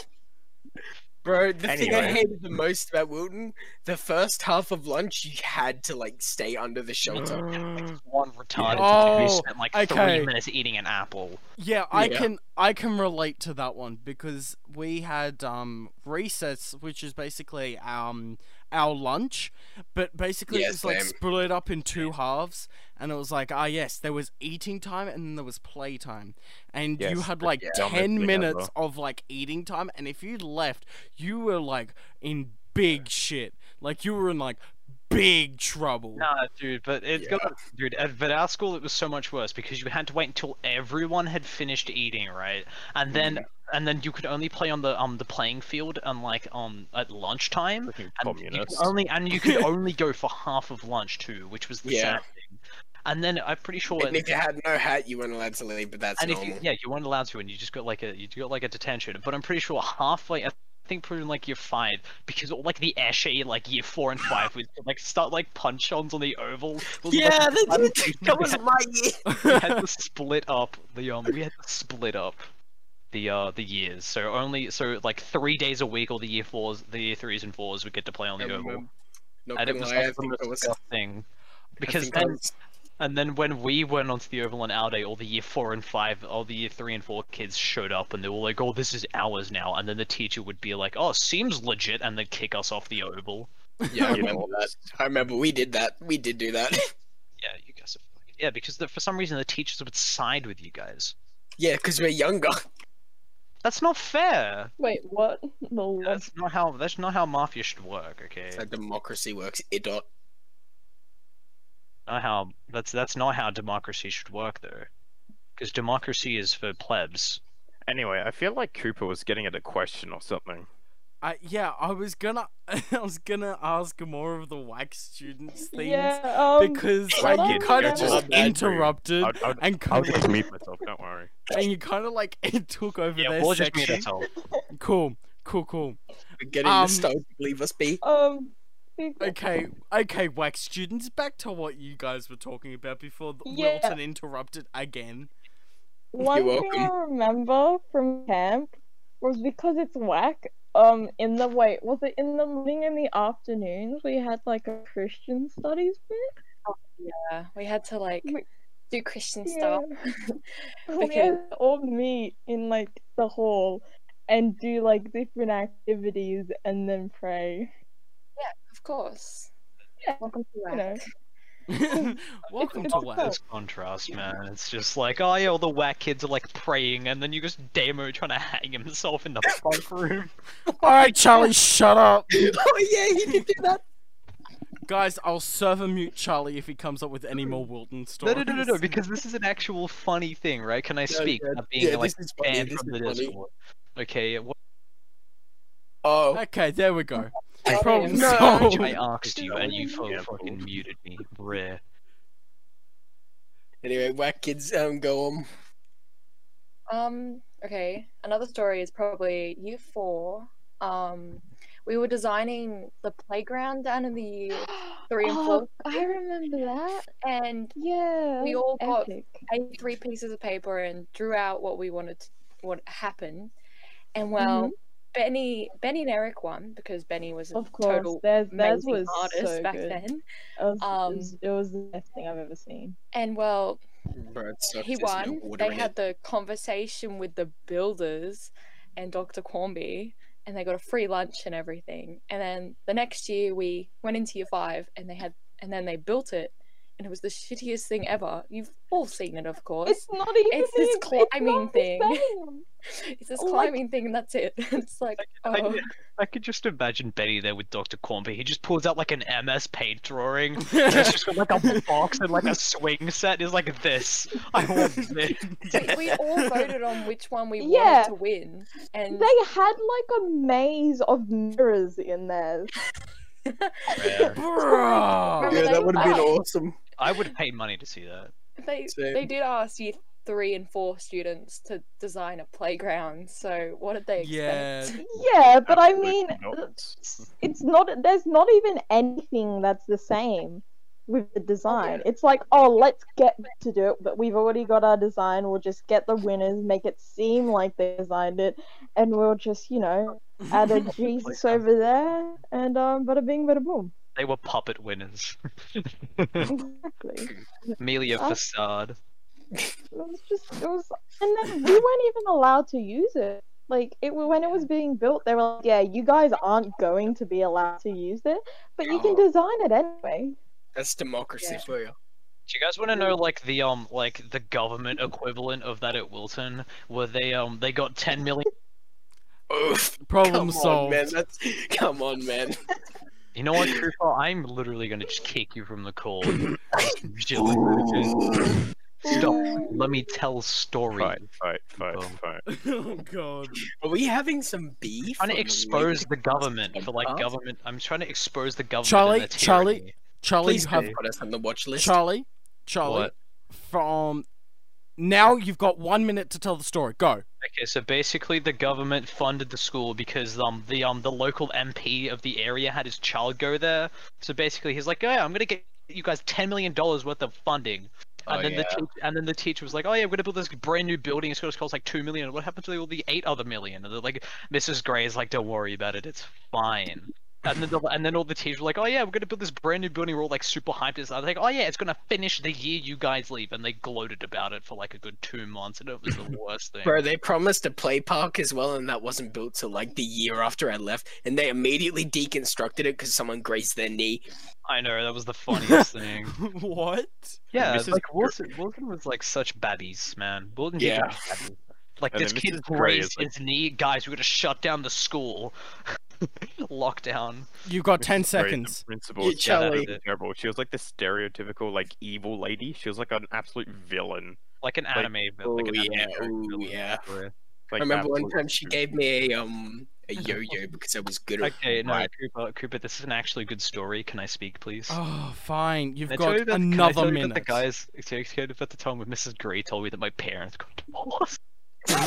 Speaker 4: Bro, the thing I
Speaker 5: Anyway.
Speaker 4: hated the most about Wilton, the first half of lunch, you had to like stay under the shelter.
Speaker 2: One retarded
Speaker 1: Oh,
Speaker 2: who spent like
Speaker 1: okay.
Speaker 2: three minutes eating an apple.
Speaker 1: Yeah, I
Speaker 4: Yeah.
Speaker 1: can I can relate to that one because we had um recess, which is basically um our lunch, but basically
Speaker 4: Yeah,
Speaker 1: it was like
Speaker 4: same.
Speaker 1: split up in two halves, and it was like ah yes, there was eating time and then there was play time, and you
Speaker 5: Yes,
Speaker 1: had like
Speaker 4: yeah.
Speaker 5: Dumbest
Speaker 1: ten
Speaker 5: thing
Speaker 1: minutes of like eating time, and if you left, you were like in big shit, like you were in like big trouble.
Speaker 2: Nah, dude, but it got dude. At, but our school, it was so much worse because you had to wait until everyone had finished eating, right? And then
Speaker 4: Mm.
Speaker 2: and then you could only play on the um the playing field and like um at lunchtime.
Speaker 5: Freaking
Speaker 2: And you could
Speaker 5: communists.
Speaker 2: only and you could only go for half of lunch too, which was the
Speaker 4: Yeah.
Speaker 2: sad thing. And then I'm pretty sure.
Speaker 4: And if you had no hat, you weren't allowed to leave, but that's
Speaker 2: and if
Speaker 4: normal.
Speaker 2: you, yeah, you weren't allowed to, and you just got like a you got like a detention. But I'm pretty sure halfway, I think probably in, like year five, because all, like the ashy like year four and five would like start like punch-ons on the oval. Was, like,
Speaker 4: they
Speaker 2: I'm-
Speaker 4: my year.
Speaker 2: we had to split up the um we had to split up the uh the years. So only so like three days a week, all the year fours, the year threes and fours would get to play on the oval,
Speaker 4: Not
Speaker 2: and it
Speaker 4: gonna
Speaker 2: was
Speaker 4: lie, I
Speaker 2: like the
Speaker 4: think
Speaker 2: most
Speaker 4: I was.
Speaker 2: disgusting.
Speaker 4: I
Speaker 2: Because
Speaker 4: think I
Speaker 2: then
Speaker 4: was-
Speaker 2: and then when we went onto the Oval on our day, all the year four and five, all the year three and four kids showed up, and they were like, "Oh, this is ours now." And then the teacher would be like, "Oh, seems legit," and then kick us off the Oval.
Speaker 4: yeah, I
Speaker 5: You know,
Speaker 4: remember that. I remember we did that. We did do that.
Speaker 2: Yeah, you guys are fucking yeah, because the, for some reason the teachers would side with you guys.
Speaker 4: yeah, because we're younger.
Speaker 2: That's not fair.
Speaker 3: Wait, what? The lunch?
Speaker 2: That's not how. That's not how mafia should work. Okay.
Speaker 4: That's how democracy works. Idot.
Speaker 2: not how that's that's not how democracy should work though because democracy is for plebs
Speaker 5: Anyway, I feel like Cooper was getting at a question or something.
Speaker 1: I yeah, I was gonna I was gonna ask more of the wax students things
Speaker 3: Yeah, um,
Speaker 1: because
Speaker 3: shut
Speaker 1: like
Speaker 3: up,
Speaker 1: you kind
Speaker 3: yeah.
Speaker 1: of just
Speaker 5: Well,
Speaker 1: interrupted
Speaker 5: I'd, I'd,
Speaker 1: and
Speaker 5: I would
Speaker 1: kind
Speaker 5: like
Speaker 1: of,
Speaker 5: mute myself. Don't worry.
Speaker 1: and you kind of like it took over
Speaker 2: yeah
Speaker 1: their
Speaker 2: we'll just
Speaker 1: section.
Speaker 2: mute ourselves
Speaker 1: cool, cool, cool.
Speaker 4: We're getting
Speaker 1: Um,
Speaker 4: nostalgic. Leave us be.
Speaker 3: um, think-
Speaker 1: Okay, okay, wax students. Back to what you guys were talking about before th-
Speaker 3: Yeah.
Speaker 1: Wilton interrupted again.
Speaker 3: One thing I remember from camp was because it's whack. Um, in the wait, was it in the morning in the afternoons? We had like a Christian studies bit.
Speaker 6: Yeah, we had to like
Speaker 3: Wait.
Speaker 6: do Christian stuff.
Speaker 3: we had to all meet in like the hall and do like different activities and then pray.
Speaker 6: Of course.
Speaker 3: Yeah,
Speaker 6: Welcome to
Speaker 3: You know,
Speaker 6: WAC.
Speaker 1: Welcome to
Speaker 3: Fuck
Speaker 1: wax.
Speaker 2: this contrast man it's just like oh yeah all the whack kids are like praying and then you just demo trying to hang himself in the bunk room
Speaker 1: All right, Charlie, shut up,
Speaker 4: oh yeah, he did do that.
Speaker 1: guys. I'll server mute Charlie if he comes up with any more Wilton
Speaker 2: no
Speaker 1: stories.
Speaker 2: no no no no because this is an actual funny thing right can i speak
Speaker 4: yeah,
Speaker 2: Not being
Speaker 4: yeah,
Speaker 2: like
Speaker 4: this is funny,
Speaker 2: banned
Speaker 4: this
Speaker 2: from
Speaker 4: is
Speaker 2: the
Speaker 4: funny.
Speaker 2: discord okay what
Speaker 4: Oh,
Speaker 1: Okay, there we go.
Speaker 3: Oh,
Speaker 4: I-
Speaker 1: Problem
Speaker 4: No.
Speaker 1: solved.
Speaker 2: i asked you and you full-
Speaker 5: Yeah,
Speaker 2: fucking
Speaker 5: cool.
Speaker 2: muted me rare
Speaker 4: anyway, whack kids. Um, go on.
Speaker 6: Um, okay. Another story is probably year four. Um, we were designing the playground down in the year three and
Speaker 3: Oh,
Speaker 6: four,
Speaker 3: I remember that.
Speaker 6: and
Speaker 3: Yeah.
Speaker 6: We all got-
Speaker 3: epic.
Speaker 6: I three pieces of paper and drew out what we wanted to, what happened. And well,
Speaker 3: Mm-hmm.
Speaker 6: Benny, Benny and Eric won because Benny was a
Speaker 3: Of course,
Speaker 6: total
Speaker 3: theirs, theirs
Speaker 6: amazing
Speaker 3: was
Speaker 6: artist
Speaker 3: so
Speaker 6: back
Speaker 3: good.
Speaker 6: then.
Speaker 3: It was,
Speaker 6: Um,
Speaker 3: it was, it was the best thing I've ever seen.
Speaker 6: And well,
Speaker 4: Bro, it sucks
Speaker 6: he
Speaker 4: there's no
Speaker 6: won.
Speaker 4: water
Speaker 6: They
Speaker 4: in
Speaker 6: had
Speaker 4: it.
Speaker 6: the conversation with the builders and Dr. Quarmby, and they got a free lunch and everything. And then the next year we went into year five, and they had, and then they built it, and it was the shittiest thing ever. You've all seen it, of course.
Speaker 3: It's not even.
Speaker 6: it's this
Speaker 3: even-
Speaker 6: climbing
Speaker 3: not the
Speaker 6: thing.
Speaker 3: same.
Speaker 6: It's this
Speaker 3: Oh my-
Speaker 6: climbing thing, and that's it. It's like,
Speaker 2: I-
Speaker 6: oh,
Speaker 2: I could just imagine Benny there with Dr. Cornby. He just pulls out like an MS Paint drawing. It's just got like a box and like a swing set. Is like this. I want this.
Speaker 6: we, we all voted on which one we
Speaker 3: Yeah.
Speaker 6: wanted to win, and
Speaker 3: They had like a maze of mirrors in there.
Speaker 1: Bruh.
Speaker 6: Remember
Speaker 4: Yeah,
Speaker 6: they-
Speaker 4: that would have been
Speaker 6: oh,
Speaker 4: awesome.
Speaker 2: I would pay money to see that.
Speaker 6: They
Speaker 4: Same.
Speaker 6: they did ask year three and four students to design a playground. So what did they
Speaker 1: Yeah.
Speaker 6: expect?
Speaker 3: Yeah, but I
Speaker 5: Absolute
Speaker 3: mean,
Speaker 5: nuts.
Speaker 3: it's not. There's not even anything that's the same with the design. It's like, oh, let's get to do it, but we've already got our design. We'll just get the winners, make it seem like they designed it, and we'll just, you know, add a Jesus over there, and um, bada bing, bada boom.
Speaker 2: They were puppet winners.
Speaker 3: Exactly.
Speaker 2: Amelia
Speaker 3: Oh.
Speaker 2: Facade.
Speaker 3: It was just it was, and then we weren't even allowed to use it. Like it when it was being built, they were like, "Yeah, you guys aren't going to be allowed to use it, but you can
Speaker 4: Oh.
Speaker 3: design it anyway."
Speaker 4: That's democracy
Speaker 6: Yeah.
Speaker 4: for you.
Speaker 2: Do you guys want to know like the um like the government equivalent of that at Wilton, where they um they got ten million?
Speaker 4: Oof.
Speaker 1: Problem
Speaker 4: Come on,
Speaker 1: solved.
Speaker 4: man. That's, come on, man.
Speaker 2: You know what, Krupa? I'm literally gonna just kick you from the call. Jill, Stop. Let me tell story.
Speaker 5: Fight, fight, fight,
Speaker 2: Boom.
Speaker 5: fight.
Speaker 1: oh god.
Speaker 4: Are we having some beef?
Speaker 2: trying to
Speaker 4: on the
Speaker 2: expose the government for like
Speaker 4: Huh?
Speaker 2: government. I'm trying to expose the government.
Speaker 1: Charlie,
Speaker 2: and their
Speaker 1: Charlie,
Speaker 2: tyranny.
Speaker 1: Charlie,
Speaker 4: Please
Speaker 1: you have
Speaker 4: have put us on the watch list.
Speaker 1: Charlie, Charlie,
Speaker 2: What?
Speaker 1: from now you've got one minute to tell the story. Go.
Speaker 2: Okay, so basically the government funded the school because um the um the local MP of the area had his child go there. So basically he's like, oh, yeah, I'm gonna get you guys ten million dollars worth of funding. And
Speaker 4: Oh,
Speaker 2: then
Speaker 4: yeah.
Speaker 2: the teach and then the teacher was like, oh yeah, we're gonna build this brand new building. It's gonna cost like two million. What happened to all the eight other million? And they're like, Mrs. Gray is like, don't worry about it. It's fine. And then, the, and then all the teachers were like, "Oh yeah, we're gonna build this brand new building. We're all like super hyped." It's like, "Oh yeah, it's gonna finish the year you guys leave." And they gloated about it for like a good two months, and it was the worst thing.
Speaker 4: Bro, they promised a play park as well, and that wasn't built till like the year after I left, and they immediately deconstructed it because someone grazed their knee.
Speaker 2: I know that was the funniest thing.
Speaker 1: what?
Speaker 2: Yeah,
Speaker 5: Mrs.
Speaker 2: like Wilson, Wilson was like such babbies, man. Wilson
Speaker 4: Yeah.
Speaker 2: yeah. babbies. Like
Speaker 5: And
Speaker 2: this
Speaker 5: then
Speaker 2: kid
Speaker 5: Mrs. Gray is
Speaker 2: grazed his knee. Guys, we're gonna shut down the school. Lockdown.
Speaker 1: You've got ten
Speaker 5: Mrs. Gray's the
Speaker 1: seconds.
Speaker 5: Principal
Speaker 4: Yeah,
Speaker 5: is so
Speaker 4: Charlie.
Speaker 5: terrible. She was like the stereotypical like evil lady. She was like an absolute villain.
Speaker 2: Like an anime. but like
Speaker 4: oh,
Speaker 2: an anime
Speaker 4: yeah,
Speaker 2: character
Speaker 4: oh,
Speaker 2: villain,
Speaker 4: yeah.
Speaker 2: where-
Speaker 5: Like
Speaker 4: I remember one
Speaker 5: absolute
Speaker 4: time she
Speaker 5: evil.
Speaker 4: gave me a um a yo-yo because I was good at
Speaker 2: Okay, no,
Speaker 4: Right.
Speaker 2: Cooper, Cooper, this is an actually good story. Can I speak, please?
Speaker 1: Oh, fine. You've
Speaker 2: Can I tell
Speaker 1: got
Speaker 2: you about- can I tell
Speaker 1: another
Speaker 2: you about
Speaker 1: minute.
Speaker 2: The guys, can I tell you about the time when Mrs. Gray told me that my parents got divorced.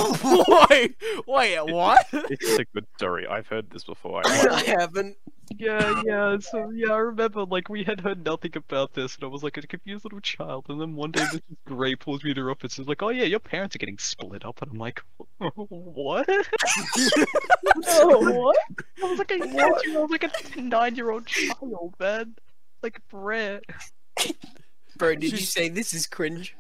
Speaker 1: wait, wait, what?
Speaker 5: This is a good story. I've heard this before. I
Speaker 4: I haven't.
Speaker 2: Yeah, yeah, so yeah, I remember like we had heard nothing about this, and I was like a confused little child. And then one day, Mrs. Gray pulls me to her office and is like, "Oh yeah, your parents are getting split up," and I'm like, "What?" I
Speaker 3: Oh, what?
Speaker 2: was like a year, I was like a nine-year-old child, man. Like, bruh.
Speaker 4: Bro, did you
Speaker 1: She's-
Speaker 4: say this is cringe?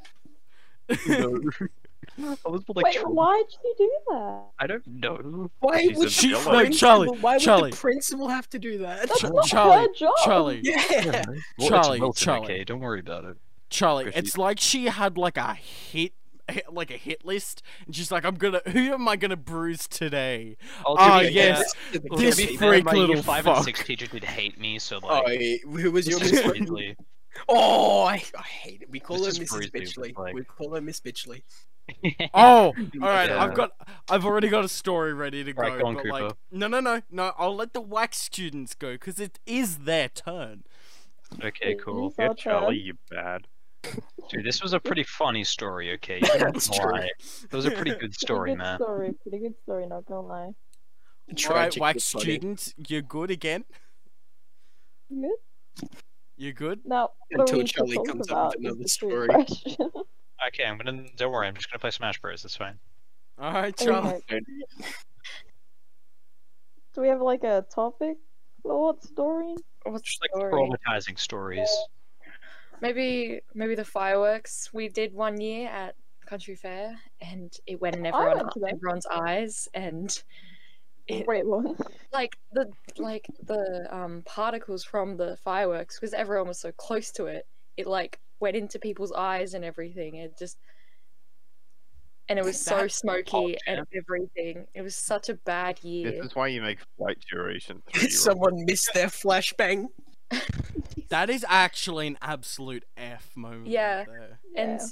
Speaker 2: I was like,
Speaker 3: Wait,
Speaker 2: "Trump,
Speaker 3: why'd you do that?
Speaker 2: I don't know.
Speaker 4: Why
Speaker 5: She's a
Speaker 4: would
Speaker 1: she-
Speaker 4: the
Speaker 5: villain.
Speaker 1: No, Charlie,
Speaker 4: principal- Why
Speaker 1: Charlie.
Speaker 4: would the principal have to do that?
Speaker 3: That's
Speaker 1: Ch-
Speaker 3: not
Speaker 1: Charlie,
Speaker 3: her job.
Speaker 1: Charlie,
Speaker 4: Yeah.
Speaker 2: Well, it's
Speaker 1: Charlie,
Speaker 2: Wilson,
Speaker 1: Charlie.
Speaker 2: Okay, don't worry about it.
Speaker 1: Charlie.
Speaker 5: Chrissy.
Speaker 1: It's like she had like a hit, hit- like a hit list, and she's like, "I'm gonna, who am I gonna bruise today?"
Speaker 2: Oh,
Speaker 1: Ah,
Speaker 2: to be fair-
Speaker 1: yes.
Speaker 4: To the
Speaker 1: This
Speaker 2: to be
Speaker 4: kid.
Speaker 2: fair,
Speaker 1: freak
Speaker 2: my year
Speaker 1: little
Speaker 2: five
Speaker 1: fuck.
Speaker 2: and six teacher did hate me, so
Speaker 4: Oh,
Speaker 2: like,
Speaker 4: who was your
Speaker 2: it's
Speaker 4: Miss
Speaker 2: just really-
Speaker 4: Oh, I, I hate it. We call
Speaker 2: This
Speaker 4: her
Speaker 2: is
Speaker 4: Mrs.
Speaker 2: crazy, but,
Speaker 4: Bitchley.
Speaker 2: like-
Speaker 4: We call her Miss Bitchley.
Speaker 1: Oh, all right. I've
Speaker 2: Yeah.
Speaker 1: got, I've already got a story ready to go.
Speaker 2: uh, Right, go on,
Speaker 1: but like,
Speaker 2: Cooper.
Speaker 1: no, no, no, no. I'll let the wax students go because it is their turn.
Speaker 2: Okay, cool.
Speaker 3: Please,
Speaker 5: Yeah,
Speaker 3: I'll try.
Speaker 5: Charlie, you bad.
Speaker 2: Dude, this was a pretty funny story, okay? You don't
Speaker 4: That's
Speaker 2: have to
Speaker 4: true.
Speaker 2: lie. It was a pretty good story,
Speaker 3: pretty good
Speaker 2: man.
Speaker 3: story, pretty good story. Not gonna lie.
Speaker 1: All right,
Speaker 4: Tragic
Speaker 1: wax
Speaker 4: but funny.
Speaker 1: students, you're good again.
Speaker 3: Good.
Speaker 1: You're good.
Speaker 3: Now, what
Speaker 4: Until
Speaker 3: are we to
Speaker 4: Charlie
Speaker 3: talk
Speaker 4: comes
Speaker 3: about
Speaker 4: up with
Speaker 3: is
Speaker 4: another
Speaker 3: the
Speaker 4: story.
Speaker 3: question.
Speaker 2: Okay, I'm gonna. Don't worry, I'm just gonna play Smash Bros. That's fine.
Speaker 1: All right, Charlie.
Speaker 3: Okay. Do we have like a topic? What story?
Speaker 6: What's
Speaker 2: Just like
Speaker 6: story?
Speaker 2: traumatizing stories.
Speaker 6: Maybe maybe the fireworks we did one year at Country Fair, and it went in
Speaker 3: I
Speaker 6: everyone,
Speaker 3: went to that.
Speaker 6: everyone's eyes, and it,
Speaker 3: Wait, what?
Speaker 6: like the like the um particles from the fireworks because everyone was so close to it it like went into people's eyes and everything it just and it was so
Speaker 1: That's
Speaker 6: smoky and
Speaker 2: unfortunate.
Speaker 6: everything it was such a bad
Speaker 5: This
Speaker 6: year
Speaker 5: is why you make flight duration three.
Speaker 4: Someone missed their flashbang.
Speaker 1: That is actually an absolute F moment. right
Speaker 6: Yeah.
Speaker 1: there.
Speaker 6: and
Speaker 3: Yeah.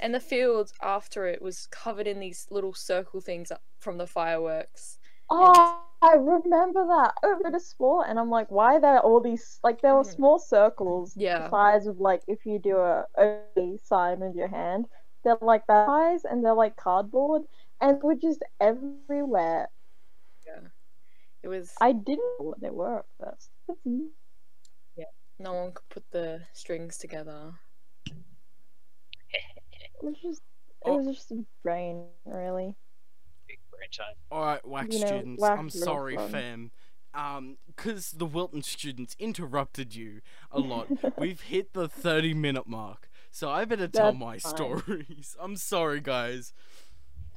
Speaker 6: and the field after it was covered in these little circle things up from the fireworks
Speaker 3: Oh, I remember that. I remember to sport, and I'm like, why are there all these like there were
Speaker 4: Mm-hmm.
Speaker 3: small
Speaker 6: Mhm.
Speaker 3: circles the
Speaker 6: Yeah.
Speaker 3: size of like if you do a O sign with your hand, They're like that size and they're like cardboard and we're just everywhere.
Speaker 6: It was
Speaker 3: I didn't know what they were at first. That's n-
Speaker 6: no one could put the strings together.
Speaker 3: It was just it
Speaker 2: Oh.
Speaker 3: was just a brain, really.
Speaker 2: Big brain time.
Speaker 1: All right, WAC
Speaker 3: You know,
Speaker 1: students,
Speaker 3: WAC
Speaker 1: I'm
Speaker 3: real
Speaker 1: sorry,
Speaker 3: fun.
Speaker 1: fam. Um, because the Wilton students interrupted you a lot, we've hit the 30 minute mark. So I better tell
Speaker 3: That's
Speaker 1: my
Speaker 3: fine.
Speaker 1: stories. I'm sorry, guys.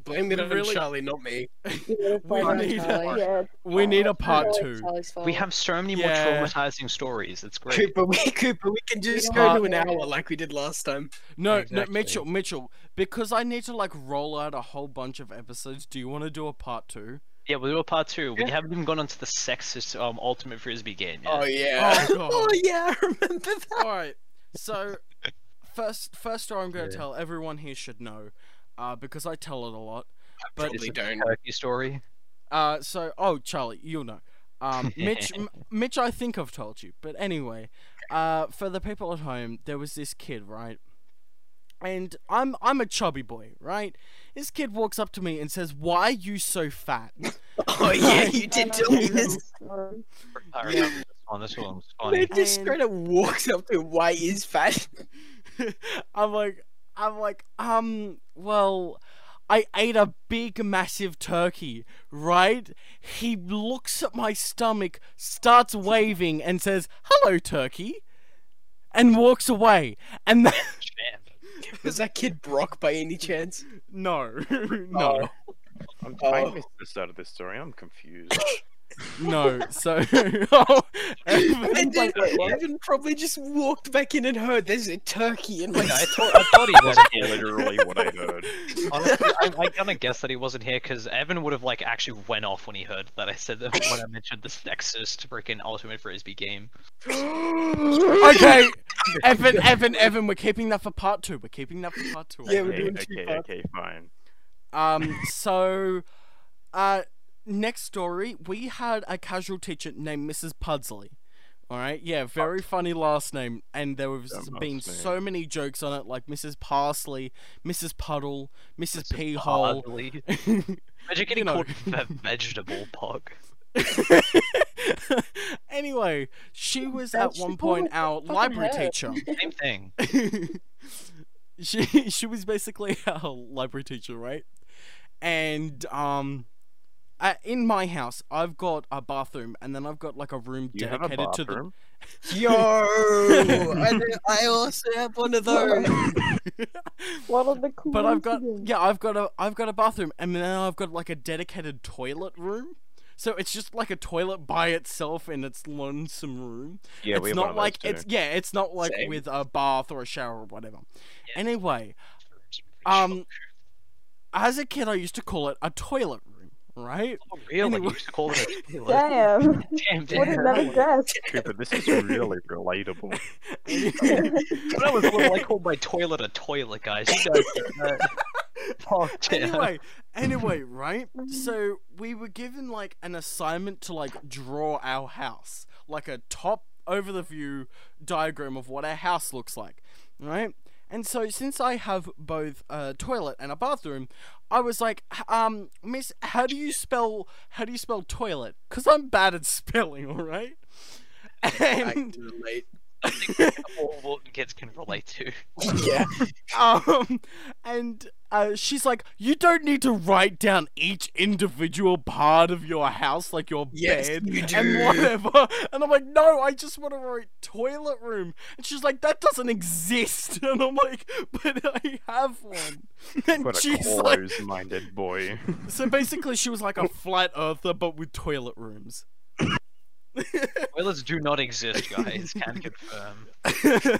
Speaker 4: Blame it
Speaker 1: we
Speaker 4: on
Speaker 1: really-
Speaker 4: Charlie, not me.
Speaker 1: We
Speaker 6: Fine,
Speaker 1: need a,
Speaker 6: Charlie.
Speaker 3: Yeah,
Speaker 1: we need a part
Speaker 6: Charlie-
Speaker 1: two.
Speaker 6: Charlie's fault.
Speaker 2: We have so many
Speaker 1: Yeah.
Speaker 2: more traumatizing stories. It's great.
Speaker 4: Cooper, we, Cooper, we can just
Speaker 6: don't
Speaker 4: go
Speaker 1: have
Speaker 4: to an
Speaker 6: to.
Speaker 4: hour like we did last time.
Speaker 1: No, no,
Speaker 2: Exactly.
Speaker 1: Mitchell, Mitchell, because I need to like roll out a whole bunch of episodes. Do you want to do a part two?
Speaker 2: Yeah, we'll do a part two. We haven't even gone onto the sexist um, ultimate frisbee game yet.
Speaker 4: Oh yeah.
Speaker 1: Oh, God.
Speaker 4: yeah, I remember that.
Speaker 1: All right. So, first, first story I'm going to
Speaker 2: Yeah.
Speaker 1: tell everyone here should know, uh, because I tell it a lot. But
Speaker 4: Probably
Speaker 2: It's a
Speaker 4: don't.
Speaker 2: turkey story.
Speaker 1: Uh, so oh, Charlie, you'll know. Um, Mitch, M- Mitch, I think I've told you, but anyway, uh, for the people at home, there was this kid, right? And I'm I'm a chubby boy, right? This kid walks up to me and says, "Why are you so fat?"
Speaker 4: Oh yeah, you did
Speaker 3: and I
Speaker 4: tell me
Speaker 3: didn't
Speaker 4: this.
Speaker 3: know.
Speaker 2: I
Speaker 1: Yeah.
Speaker 2: remember this one. This one was funny.
Speaker 4: They just
Speaker 1: And-
Speaker 4: straight up walks up to why is fat.
Speaker 1: I'm like, I'm like, um, well, I ate a big, massive turkey, right? He looks at my stomach, starts waving, and says, "Hello, turkey," and walks away. And then,
Speaker 2: Champ.
Speaker 4: Was that kid Brock by any chance?
Speaker 1: no, no,
Speaker 5: I'm,
Speaker 4: Oh.
Speaker 5: I missed the start of this story. I'm confused.
Speaker 1: no. So, oh,
Speaker 4: And
Speaker 1: Evan-
Speaker 4: then
Speaker 3: Wait, wait, what?
Speaker 4: Evan probably just walked back in and heard there's a turkey in my
Speaker 2: I
Speaker 4: stomach.
Speaker 2: thought, I thought he wasn't
Speaker 5: That's
Speaker 2: here.
Speaker 5: literally what I heard.
Speaker 2: Honestly, I, I kind of guessed that he wasn't here because Evan would have like actually went off when he heard that I said that when I mentioned the sexist freaking ultimate frisbee game.
Speaker 1: okay, Evan, Evan, Evan. We're keeping that for part two. We're keeping that for part two.
Speaker 4: Yeah, we're
Speaker 5: Okay,
Speaker 4: doing two
Speaker 5: okay,
Speaker 4: parts.
Speaker 5: okay, fine.
Speaker 1: Um, so, uh, next story, we had a casual teacher named Mrs. Pudsley. All right, yeah, very funny last name, and there was
Speaker 5: Dumb
Speaker 1: been
Speaker 5: last name.
Speaker 1: so many jokes on it, like Mrs. Parsley, Mrs. Puddle, Mrs. Pea Hole.
Speaker 2: Hardly. Imagine getting
Speaker 1: know.
Speaker 2: called a vegetable pug.
Speaker 1: anyway, she was
Speaker 3: That's
Speaker 1: at one
Speaker 3: just-
Speaker 1: point
Speaker 6: oh,
Speaker 1: our
Speaker 6: fucking
Speaker 1: library
Speaker 6: hurt.
Speaker 1: teacher.
Speaker 2: Same thing.
Speaker 1: she she was basically our library teacher, right? And um, uh, in my house, I've got a bathroom, and then I've got like a room
Speaker 5: You have a
Speaker 1: dedicated to the.
Speaker 5: bathroom?
Speaker 4: Yo, I, I also have one of those.
Speaker 3: What are the
Speaker 1: But I've got
Speaker 3: coincidences?
Speaker 1: yeah, I've got a I've got a bathroom, and then I've got like a dedicated toilet room. So it's just like a toilet by itself in its lonesome room.
Speaker 5: Yeah,
Speaker 1: it's
Speaker 5: we have
Speaker 1: not
Speaker 5: one of
Speaker 1: like
Speaker 5: those
Speaker 1: it's yeah, it's not like
Speaker 4: Same.
Speaker 1: with a bath or a shower or whatever.
Speaker 2: Yeah.
Speaker 1: Anyway, Um, as a kid, I used to call it a toilet room, right?
Speaker 2: oh, really?
Speaker 1: anyway.
Speaker 2: You used to call it a toilet.
Speaker 3: Damn.
Speaker 2: Damn,
Speaker 3: What is
Speaker 2: damn.
Speaker 3: that address?
Speaker 5: too. Cooper, this is really relatable.
Speaker 2: When I was little, I called my toilet a toilet, guys. You guys did that. Fuck, yeah.
Speaker 1: anyway, anyway, right? So we were given like an assignment to like draw our house, like a top over the view diagram of what our house looks like, right? And so since I have both a toilet and a bathroom, I was like, "H- um, Miss, how do you spell how do you spell toilet? Cause I'm bad at spelling, all right?
Speaker 4: I
Speaker 1: And
Speaker 4: can relate.
Speaker 2: All Walton kids can relate to.
Speaker 4: Yeah.
Speaker 1: um, and uh, she's like, "You don't need to write down each individual part of your house, like your
Speaker 4: Yes,
Speaker 1: bed
Speaker 4: you
Speaker 1: and
Speaker 4: do.
Speaker 1: whatever." And I'm like, "No, I just want to write toilet room." And she's like, "That doesn't exist." And I'm like, "But I have one." And
Speaker 5: What a
Speaker 1: she's like,
Speaker 5: close-minded boy.
Speaker 1: "So basically, she was like a flat earther, but with toilet rooms."
Speaker 2: Toilets do not exist, guys. Can confirm.
Speaker 4: Those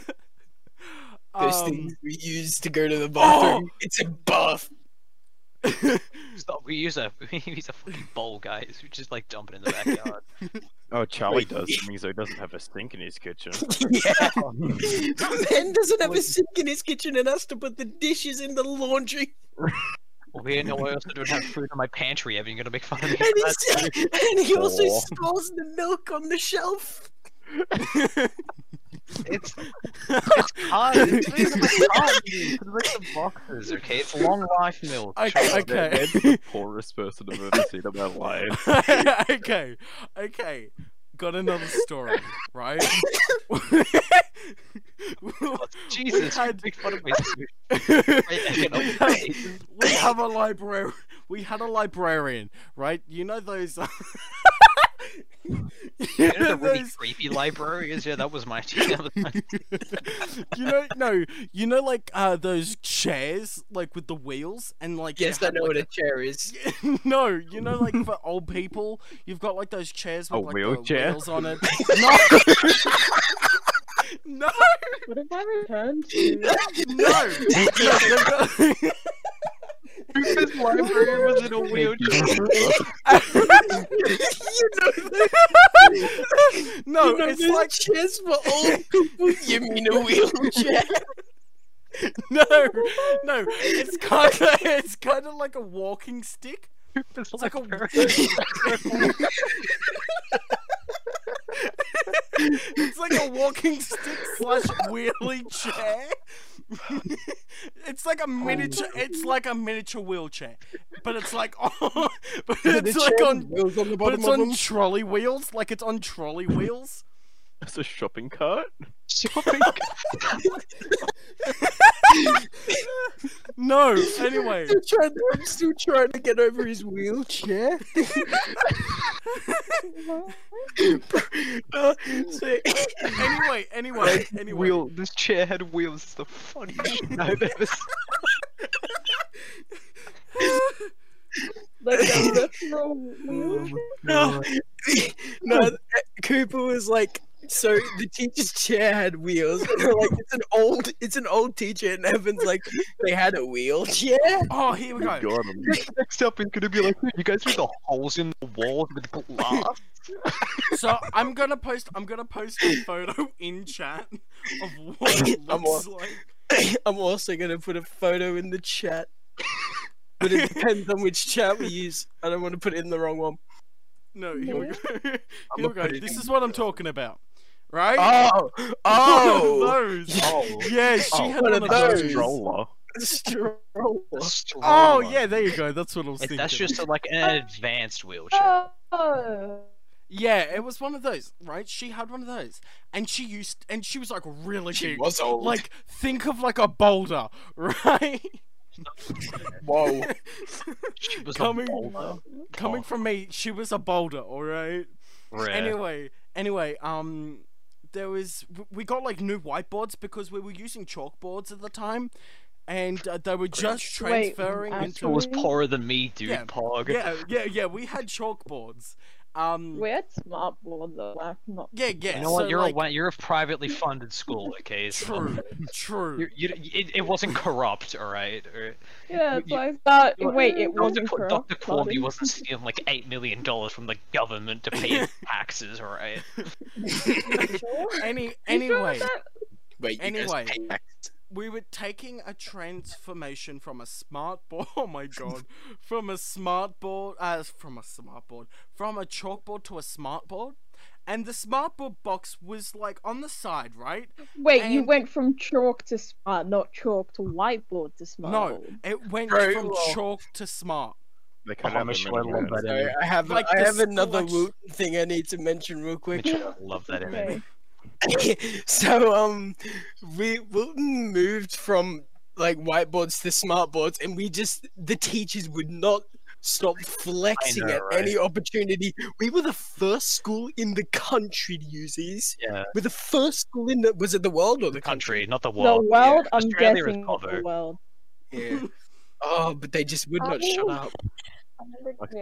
Speaker 1: Um,
Speaker 4: things we use to go to the bathroom. It's a bath.
Speaker 1: Um,
Speaker 2: Stop. We use a we use a fucking bowl, guys. We just like dump it in the backyard.
Speaker 5: Oh, Charlie
Speaker 4: Wait.
Speaker 5: does. That means he doesn't have a sink in his kitchen. Oh,
Speaker 4: yeah. Man doesn't have a sink in his kitchen and has to put the dishes in the laundry.
Speaker 2: well, we know I also don't have food in my pantry. Evan, you're gonna make fun of me.
Speaker 4: And,
Speaker 2: for
Speaker 4: he's, and he also
Speaker 5: Aw.
Speaker 4: stores the milk on the shelf.
Speaker 2: It's it's hard. It's hard. It's like the boxes, okay? It's long life milk.
Speaker 1: Okay,
Speaker 2: Sure.
Speaker 5: They're-
Speaker 1: okay.
Speaker 5: They're the poorest person I've ever seen in my life.
Speaker 1: okay, okay. Got another story, right? we
Speaker 2: Jesus, you
Speaker 1: had-
Speaker 2: make fun of me. so
Speaker 1: we, had, we have a library. We had a librarian, right? You know those. uh, you
Speaker 2: You know
Speaker 1: know
Speaker 2: the really
Speaker 1: those.
Speaker 2: creepy librarians? Yeah, that was my teacher.
Speaker 1: you know, no, you know, like uh, those chairs, like with the wheels, and like you
Speaker 4: Yes, I
Speaker 1: had,
Speaker 4: know
Speaker 1: like,
Speaker 4: what a chair is.
Speaker 1: no, you know, like for old people, you've got like those chairs with
Speaker 5: A
Speaker 1: like
Speaker 5: wheelchair?
Speaker 1: the wheels on it. No, no,
Speaker 3: What have I returned to?
Speaker 1: no. They've got-
Speaker 2: This librarian was in a wheelchair.
Speaker 1: no,
Speaker 4: You know,
Speaker 1: it's
Speaker 4: those
Speaker 1: like
Speaker 4: chairs for old people. You mean a wheelchair?
Speaker 1: no, no. It's kind of, it's kind of like a walking stick.
Speaker 2: This
Speaker 1: like a-
Speaker 2: librarian-
Speaker 1: It's like a walking stick slash wheelie chair. it's like a miniature. It's like a miniature wheelchair, but it's like on, but it's like on
Speaker 4: wheels on the
Speaker 1: But
Speaker 4: bottom
Speaker 1: it's
Speaker 4: of
Speaker 1: on
Speaker 4: them.
Speaker 1: trolley wheels, like it's on trolley wheels.
Speaker 5: That's a shopping cart.
Speaker 1: No, anyway,
Speaker 4: Still trying- I'm still trying to get over his wheelchair. Uh, so-
Speaker 1: anyway, anyway, anyway.
Speaker 2: Wheel. This chair had wheels. It's the funniest shit I've ever seen.
Speaker 3: Like a literal wheelchair?
Speaker 4: no, no, Cooper was like, so the teacher's chair had wheels, and they're like, it's an old, it's an old teacher, and Evan's like, they had a wheelchair.
Speaker 1: Oh, here we go.
Speaker 5: God, I'm-
Speaker 2: Next up is gonna be like, you guys are the holes in the wall with glass.
Speaker 1: So I'm gonna post. I'm gonna post a photo in chat of what it
Speaker 4: I'm
Speaker 1: looks like.
Speaker 4: I'm also gonna put a photo in the chat, but it depends on which chat we use. I don't want to put it in the wrong one.
Speaker 1: No, here we go. Here we
Speaker 4: not
Speaker 1: go.
Speaker 4: putting
Speaker 1: This is what I'm talking about, right?
Speaker 4: Oh,
Speaker 1: One
Speaker 4: oh,
Speaker 1: of those. Yeah, she
Speaker 5: Oh,
Speaker 1: had
Speaker 4: one
Speaker 1: one
Speaker 4: of
Speaker 1: of
Speaker 4: those.
Speaker 1: those.
Speaker 5: stroller.
Speaker 4: stroller.
Speaker 1: Oh yeah, there you go. That's what I was thinking.
Speaker 2: That's just like
Speaker 3: Uh,
Speaker 2: an advanced wheelchair.
Speaker 6: Oh.
Speaker 1: Yeah, it was one of those, right? She had one of those, and she used, and she was like really
Speaker 4: She
Speaker 1: big.
Speaker 4: was old.
Speaker 1: Like, think of like a boulder, right?
Speaker 4: whoa.
Speaker 2: She was
Speaker 1: Coming-
Speaker 2: a boulder.
Speaker 4: Oh.
Speaker 1: Coming from me, she was a boulder, all right.
Speaker 2: Rare.
Speaker 1: Anyway, anyway, um, there was w- we got like new whiteboards because we were using chalkboards at the time, and uh, they were just
Speaker 3: Wait,
Speaker 1: transferring
Speaker 2: It
Speaker 1: into.
Speaker 3: actually-
Speaker 2: was poorer than me, dude.
Speaker 1: Yeah,
Speaker 2: Pog.
Speaker 1: Yeah, yeah, yeah. We had chalkboards. Um,
Speaker 3: We had smart boards that like not.
Speaker 1: yeah, yeah.
Speaker 2: You know what?
Speaker 1: so,
Speaker 2: You're
Speaker 1: like,
Speaker 2: a wa- you're a privately funded school, okay? So
Speaker 1: True, true.
Speaker 2: you you, it, it wasn't corrupt, all right. Or,
Speaker 3: Yeah,
Speaker 2: You-
Speaker 3: it's like that.
Speaker 2: you-
Speaker 3: Wait, it
Speaker 2: Dr.
Speaker 3: wasn't
Speaker 2: Qu-
Speaker 3: corrupt,
Speaker 2: Dr. Corby
Speaker 3: sorry.
Speaker 2: wasn't stealing like eight million dollars from the government to pay his taxes, all right?
Speaker 1: Any,
Speaker 3: You sure
Speaker 1: anyway.
Speaker 3: that-
Speaker 4: Wait, you
Speaker 1: Anyway.
Speaker 4: guys pay
Speaker 1: we were taking a transformation from a smart board. Oh my god, from a smart board, uh, from a smart board, from a chalkboard to a smart board, and the smart board box was like on the side, right?
Speaker 3: Wait, you
Speaker 1: And-
Speaker 3: went from chalk to smart, not chalk to whiteboard to smart.
Speaker 1: No, it went
Speaker 4: Bro,
Speaker 1: from
Speaker 4: well-
Speaker 1: chalk to smart.
Speaker 5: They can't
Speaker 2: Oh,
Speaker 5: have
Speaker 2: I'm
Speaker 5: a
Speaker 2: sure I love that
Speaker 4: Sorry, I have
Speaker 1: Like
Speaker 4: I
Speaker 1: the
Speaker 4: have another
Speaker 1: splotch-
Speaker 4: Wooten thing I need to mention real quick.
Speaker 2: Mitchell, I love that image.
Speaker 3: Okay.
Speaker 4: so um, we Wilton moved from like whiteboards to smartboards, and we just the teachers would not stop flexing
Speaker 2: know,
Speaker 4: at any opportunity. We were the first school in the country to use these.
Speaker 2: Yeah.
Speaker 4: We're the first school in the was it the world or the
Speaker 2: Country, not the
Speaker 3: the
Speaker 2: world.
Speaker 3: world, I'm
Speaker 2: Australia is
Speaker 3: guessing, not the
Speaker 2: covered.
Speaker 3: world.
Speaker 4: Yeah. oh, but they just would not shut up.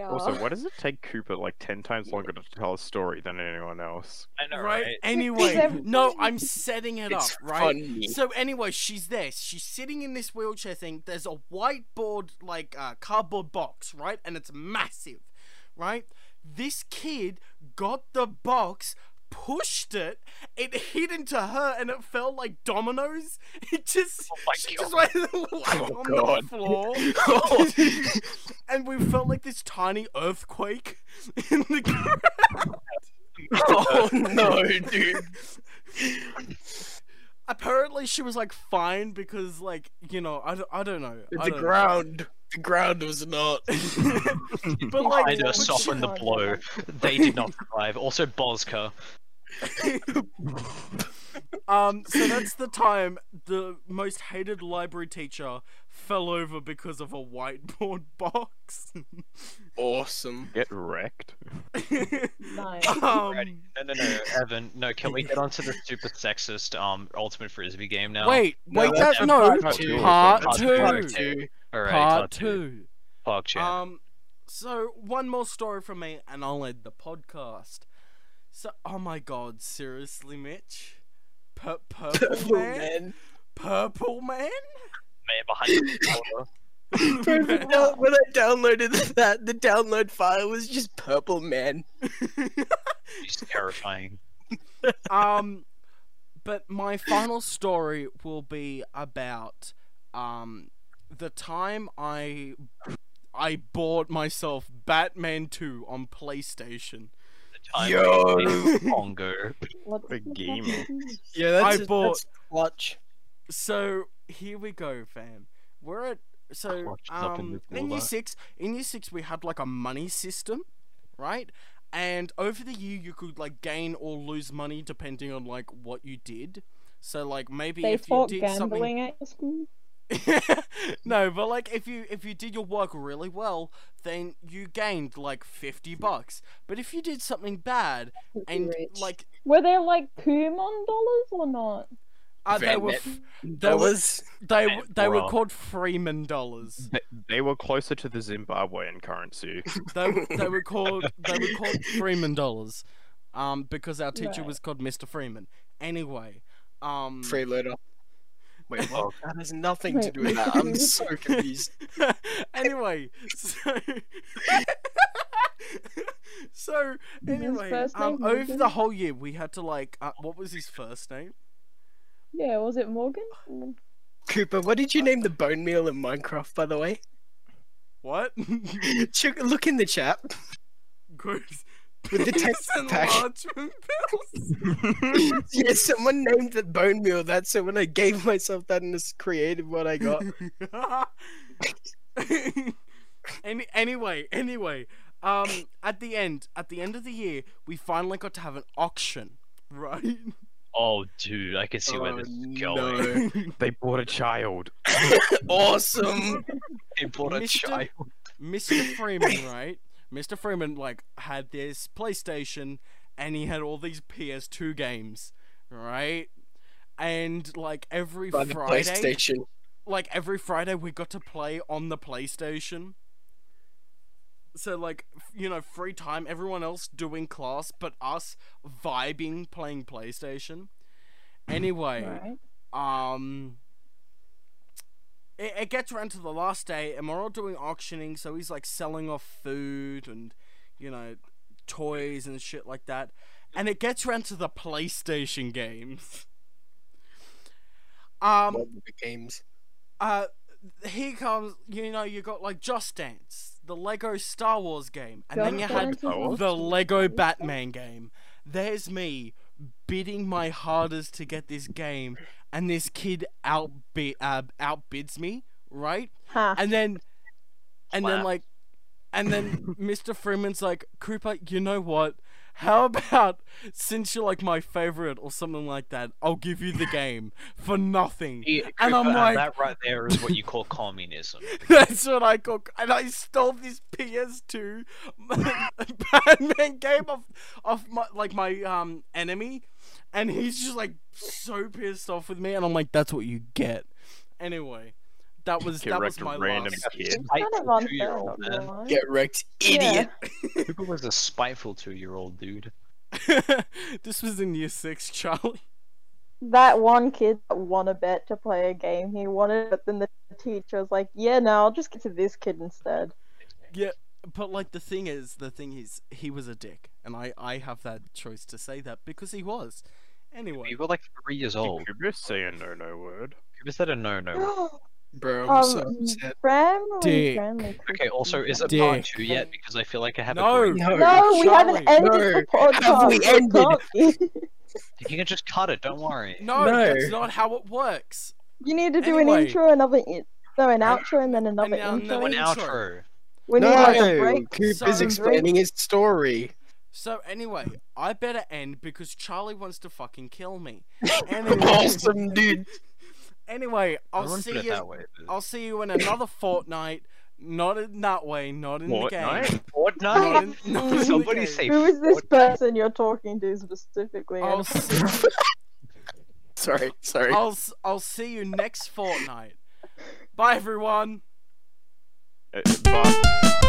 Speaker 5: Also, why does it take Cooper like ten times longer to tell a story than anyone else?
Speaker 2: I know,
Speaker 1: right?
Speaker 2: right?
Speaker 1: Anyway,
Speaker 6: every-
Speaker 1: no, I'm setting it
Speaker 4: It's
Speaker 1: up, right?
Speaker 4: funny.
Speaker 1: So anyway, she's there. She's sitting in this wheelchair thing. There's a whiteboard, like uh, cardboard box, right? And it's massive, right? This kid got the box, pushed it, it hit into her, and it fell like dominoes. It just,
Speaker 2: Oh my
Speaker 1: she just went like
Speaker 4: Oh,
Speaker 1: on the
Speaker 4: God.
Speaker 1: floor, and we felt like this tiny earthquake in the.
Speaker 4: oh no, dude.
Speaker 1: Apparently, she was like fine because, like, you know, I, d- I don't know. I
Speaker 4: The
Speaker 1: don't know.
Speaker 4: ground. The ground was not.
Speaker 1: but like,
Speaker 2: Ida
Speaker 1: but she-
Speaker 2: softened the blow. They did not survive. Also, Bozka.
Speaker 1: Um, so that's the time the most hated library teacher fell over because of a whiteboard box.
Speaker 4: awesome.
Speaker 5: Get wrecked.
Speaker 3: Nice.
Speaker 1: um,
Speaker 2: No, no, no, Evan. No, can we get onto the super sexist um ultimate frisbee game now?
Speaker 1: wait,
Speaker 4: No,
Speaker 1: wait,
Speaker 4: that's
Speaker 1: that no,
Speaker 5: Part
Speaker 4: two.
Speaker 1: part
Speaker 2: Part
Speaker 1: two,
Speaker 4: Part
Speaker 1: part two.
Speaker 4: two.
Speaker 2: All right, Park chat.
Speaker 1: Um, so one more story from me, and I'll end the podcast. So, oh my god, seriously, Mitch, Pur- purple
Speaker 4: Purple
Speaker 1: Oh, man,
Speaker 4: man.
Speaker 1: purple man.
Speaker 2: Man behind the corner.
Speaker 4: Bro, the down- when I downloaded that, the download file was just purple man.
Speaker 2: He's terrifying.
Speaker 1: um, but my final story will be about um the time I I bought myself Batman Two on PlayStation.
Speaker 2: The time
Speaker 4: Yo.
Speaker 2: is longer.
Speaker 3: What's
Speaker 5: We're
Speaker 3: the
Speaker 5: gamer.
Speaker 3: fucking-
Speaker 4: Yeah,
Speaker 1: that's- I that's bought-
Speaker 4: clutch.
Speaker 1: So here we go, fam. We're at so
Speaker 2: Clutched up in
Speaker 1: um
Speaker 2: the
Speaker 1: in year
Speaker 2: corner.
Speaker 1: six. In year six, we had like a money system, right? And over the year, you could like gain or lose money depending on like what you did. So like maybe
Speaker 3: They
Speaker 1: if you
Speaker 3: fought
Speaker 1: did something
Speaker 3: gambling at your school.
Speaker 1: no, but like if you if you did your work really well, then you gained like fifty bucks. But if you did something bad and like
Speaker 3: Were there like Kumon dollars or not?
Speaker 1: uh, they
Speaker 4: Van
Speaker 1: were
Speaker 4: Net-
Speaker 1: f- they
Speaker 4: That
Speaker 1: were
Speaker 4: was
Speaker 1: they w-
Speaker 2: Van
Speaker 1: they were
Speaker 2: Rock.
Speaker 1: called Freeman dollars.
Speaker 5: They, they were closer to the Zimbabwean currency.
Speaker 1: They w- they were called they were called Freeman dollars, um because our teacher
Speaker 3: Right.
Speaker 1: was called Mr. Freeman. Anyway, um
Speaker 4: freeloader. Wait, what? That has nothing to
Speaker 3: Wait,
Speaker 4: do with that. I'm so confused.
Speaker 1: anyway, so so
Speaker 3: His
Speaker 1: anyway,
Speaker 3: first
Speaker 1: um,
Speaker 3: name
Speaker 1: over
Speaker 3: Morgan?
Speaker 1: the whole year we had to like, uh, what was his first name?
Speaker 3: Yeah, was it Morgan? Mm.
Speaker 4: Cooper, what did you name the bone meal in Minecraft, by the way?
Speaker 1: What?
Speaker 4: Check- Look in the chat
Speaker 1: Groups
Speaker 4: with the text
Speaker 1: and
Speaker 4: pack.
Speaker 1: enlargement pills.
Speaker 4: yeah, someone named the bone meal that, so when I gave myself that and just created what I got.
Speaker 1: Any, anyway, anyway, um, at the end, at the end of the year, we finally got to have an auction, right?
Speaker 2: Oh, dude, I can see where
Speaker 4: Oh,
Speaker 2: this is
Speaker 4: no.
Speaker 2: going.
Speaker 5: they bought a child.
Speaker 4: awesome.
Speaker 2: They bought a
Speaker 1: Mr.
Speaker 2: child.
Speaker 1: Mr. Freeman, right? Mr. Freeman like had this PlayStation and he had all these PS2 games, right? And like every
Speaker 4: By the
Speaker 1: Friday,
Speaker 4: PlayStation.
Speaker 1: like every Friday we got to play on the PlayStation. So like f- you know, free time, everyone else doing class, but us vibing playing PlayStation. Anyway,
Speaker 3: Right.
Speaker 1: um, it, it gets around to the last day, and we're all doing auctioning. So he's like selling off food and, you know, toys and shit like that. And it gets around to the PlayStation games. Um,
Speaker 4: Love the games.
Speaker 1: uh, here comes, you know, you got like Just Dance, the Lego Star Wars game, and then you
Speaker 3: Just
Speaker 1: had
Speaker 3: Dance is
Speaker 5: the
Speaker 1: the
Speaker 3: awesome.
Speaker 1: Lego Batman game. There's me bidding my hardest to get this game, and this kid outbid uh, outbids me, right?
Speaker 3: Ha.
Speaker 1: And then, and then
Speaker 2: Wow.
Speaker 1: like, and then Mr. Freeman's like, Cooper, you know what? How about since you're like my favorite or something like that, I'll give you the game for nothing.
Speaker 2: Yeah,
Speaker 1: And I'm
Speaker 2: Cooper,
Speaker 1: like-
Speaker 2: that right there is what you call communism.
Speaker 1: That's what I call. And I stole this PS2 Batman game off, off my like my um enemy, and he's just like so pissed off with me, and I'm like, that's what you get. Anyway, that was
Speaker 5: Get
Speaker 1: that was
Speaker 5: wrecked
Speaker 1: my
Speaker 5: random
Speaker 1: last.
Speaker 5: kid.
Speaker 2: I-
Speaker 3: kind of
Speaker 2: two
Speaker 3: unfair,
Speaker 2: year
Speaker 3: I'm
Speaker 2: old
Speaker 3: not
Speaker 2: man.
Speaker 3: gonna lie.
Speaker 4: Get wrecked,
Speaker 3: Yeah.
Speaker 4: idiot.
Speaker 2: Cooper was a spiteful two-year-old dude.
Speaker 1: this was in year six, Charlie.
Speaker 3: That one kid that won a bet to play a game he wanted, but then the teacher was like, "Yeah, no, I'll just get to this kid instead."
Speaker 1: But like the thing is, the thing is, he was a dick, and I I have that choice to say that because he was. Anyway,
Speaker 2: You were like three years old.
Speaker 5: Did Cooper say a no-no word?
Speaker 2: Cooper said a no-no.
Speaker 4: Bro, I'm oh, so
Speaker 3: um,
Speaker 4: upset.
Speaker 3: friendly,
Speaker 1: Dick.
Speaker 3: friendly
Speaker 2: Okay, also, is it
Speaker 1: Dick.
Speaker 2: part two yet? Because I feel like I haven't.
Speaker 1: no,
Speaker 4: No,
Speaker 3: No, we haven't
Speaker 1: Charlie,
Speaker 3: ended the
Speaker 4: no.
Speaker 3: podcast.
Speaker 4: Have we
Speaker 3: We're
Speaker 4: ended?
Speaker 3: talking.
Speaker 2: You can just cut it. Don't worry.
Speaker 1: No,
Speaker 4: No.
Speaker 1: that's not how it works.
Speaker 3: You need to do
Speaker 1: Anyway.
Speaker 3: an intro, another in- no, an
Speaker 1: Uh,
Speaker 3: outro, and then another
Speaker 1: now-
Speaker 3: intro.
Speaker 1: now
Speaker 2: An
Speaker 1: an
Speaker 2: outro.
Speaker 3: we need like a break.
Speaker 4: Coop
Speaker 1: So-
Speaker 4: is explaining his story.
Speaker 1: So anyway, I better end because Charlie wants to fucking kill me. Anyway,
Speaker 4: awesome, dude.
Speaker 1: anyway I'll
Speaker 2: Everyone put
Speaker 1: see
Speaker 2: it
Speaker 1: you.
Speaker 2: that way.
Speaker 1: I'll see you in another fortnight. Not in that way. Not in the game.
Speaker 5: Fortnite?
Speaker 1: Not
Speaker 2: Fortnite.
Speaker 1: in- not in the
Speaker 2: Somebody
Speaker 1: game.
Speaker 2: say
Speaker 3: Who is this
Speaker 2: Fortnite.
Speaker 3: person you're talking to specifically?
Speaker 1: I'll see,
Speaker 4: Sorry, sorry.
Speaker 1: I'll, s- I'll see you next fortnight. Bye everyone.
Speaker 5: Uh, but- uh,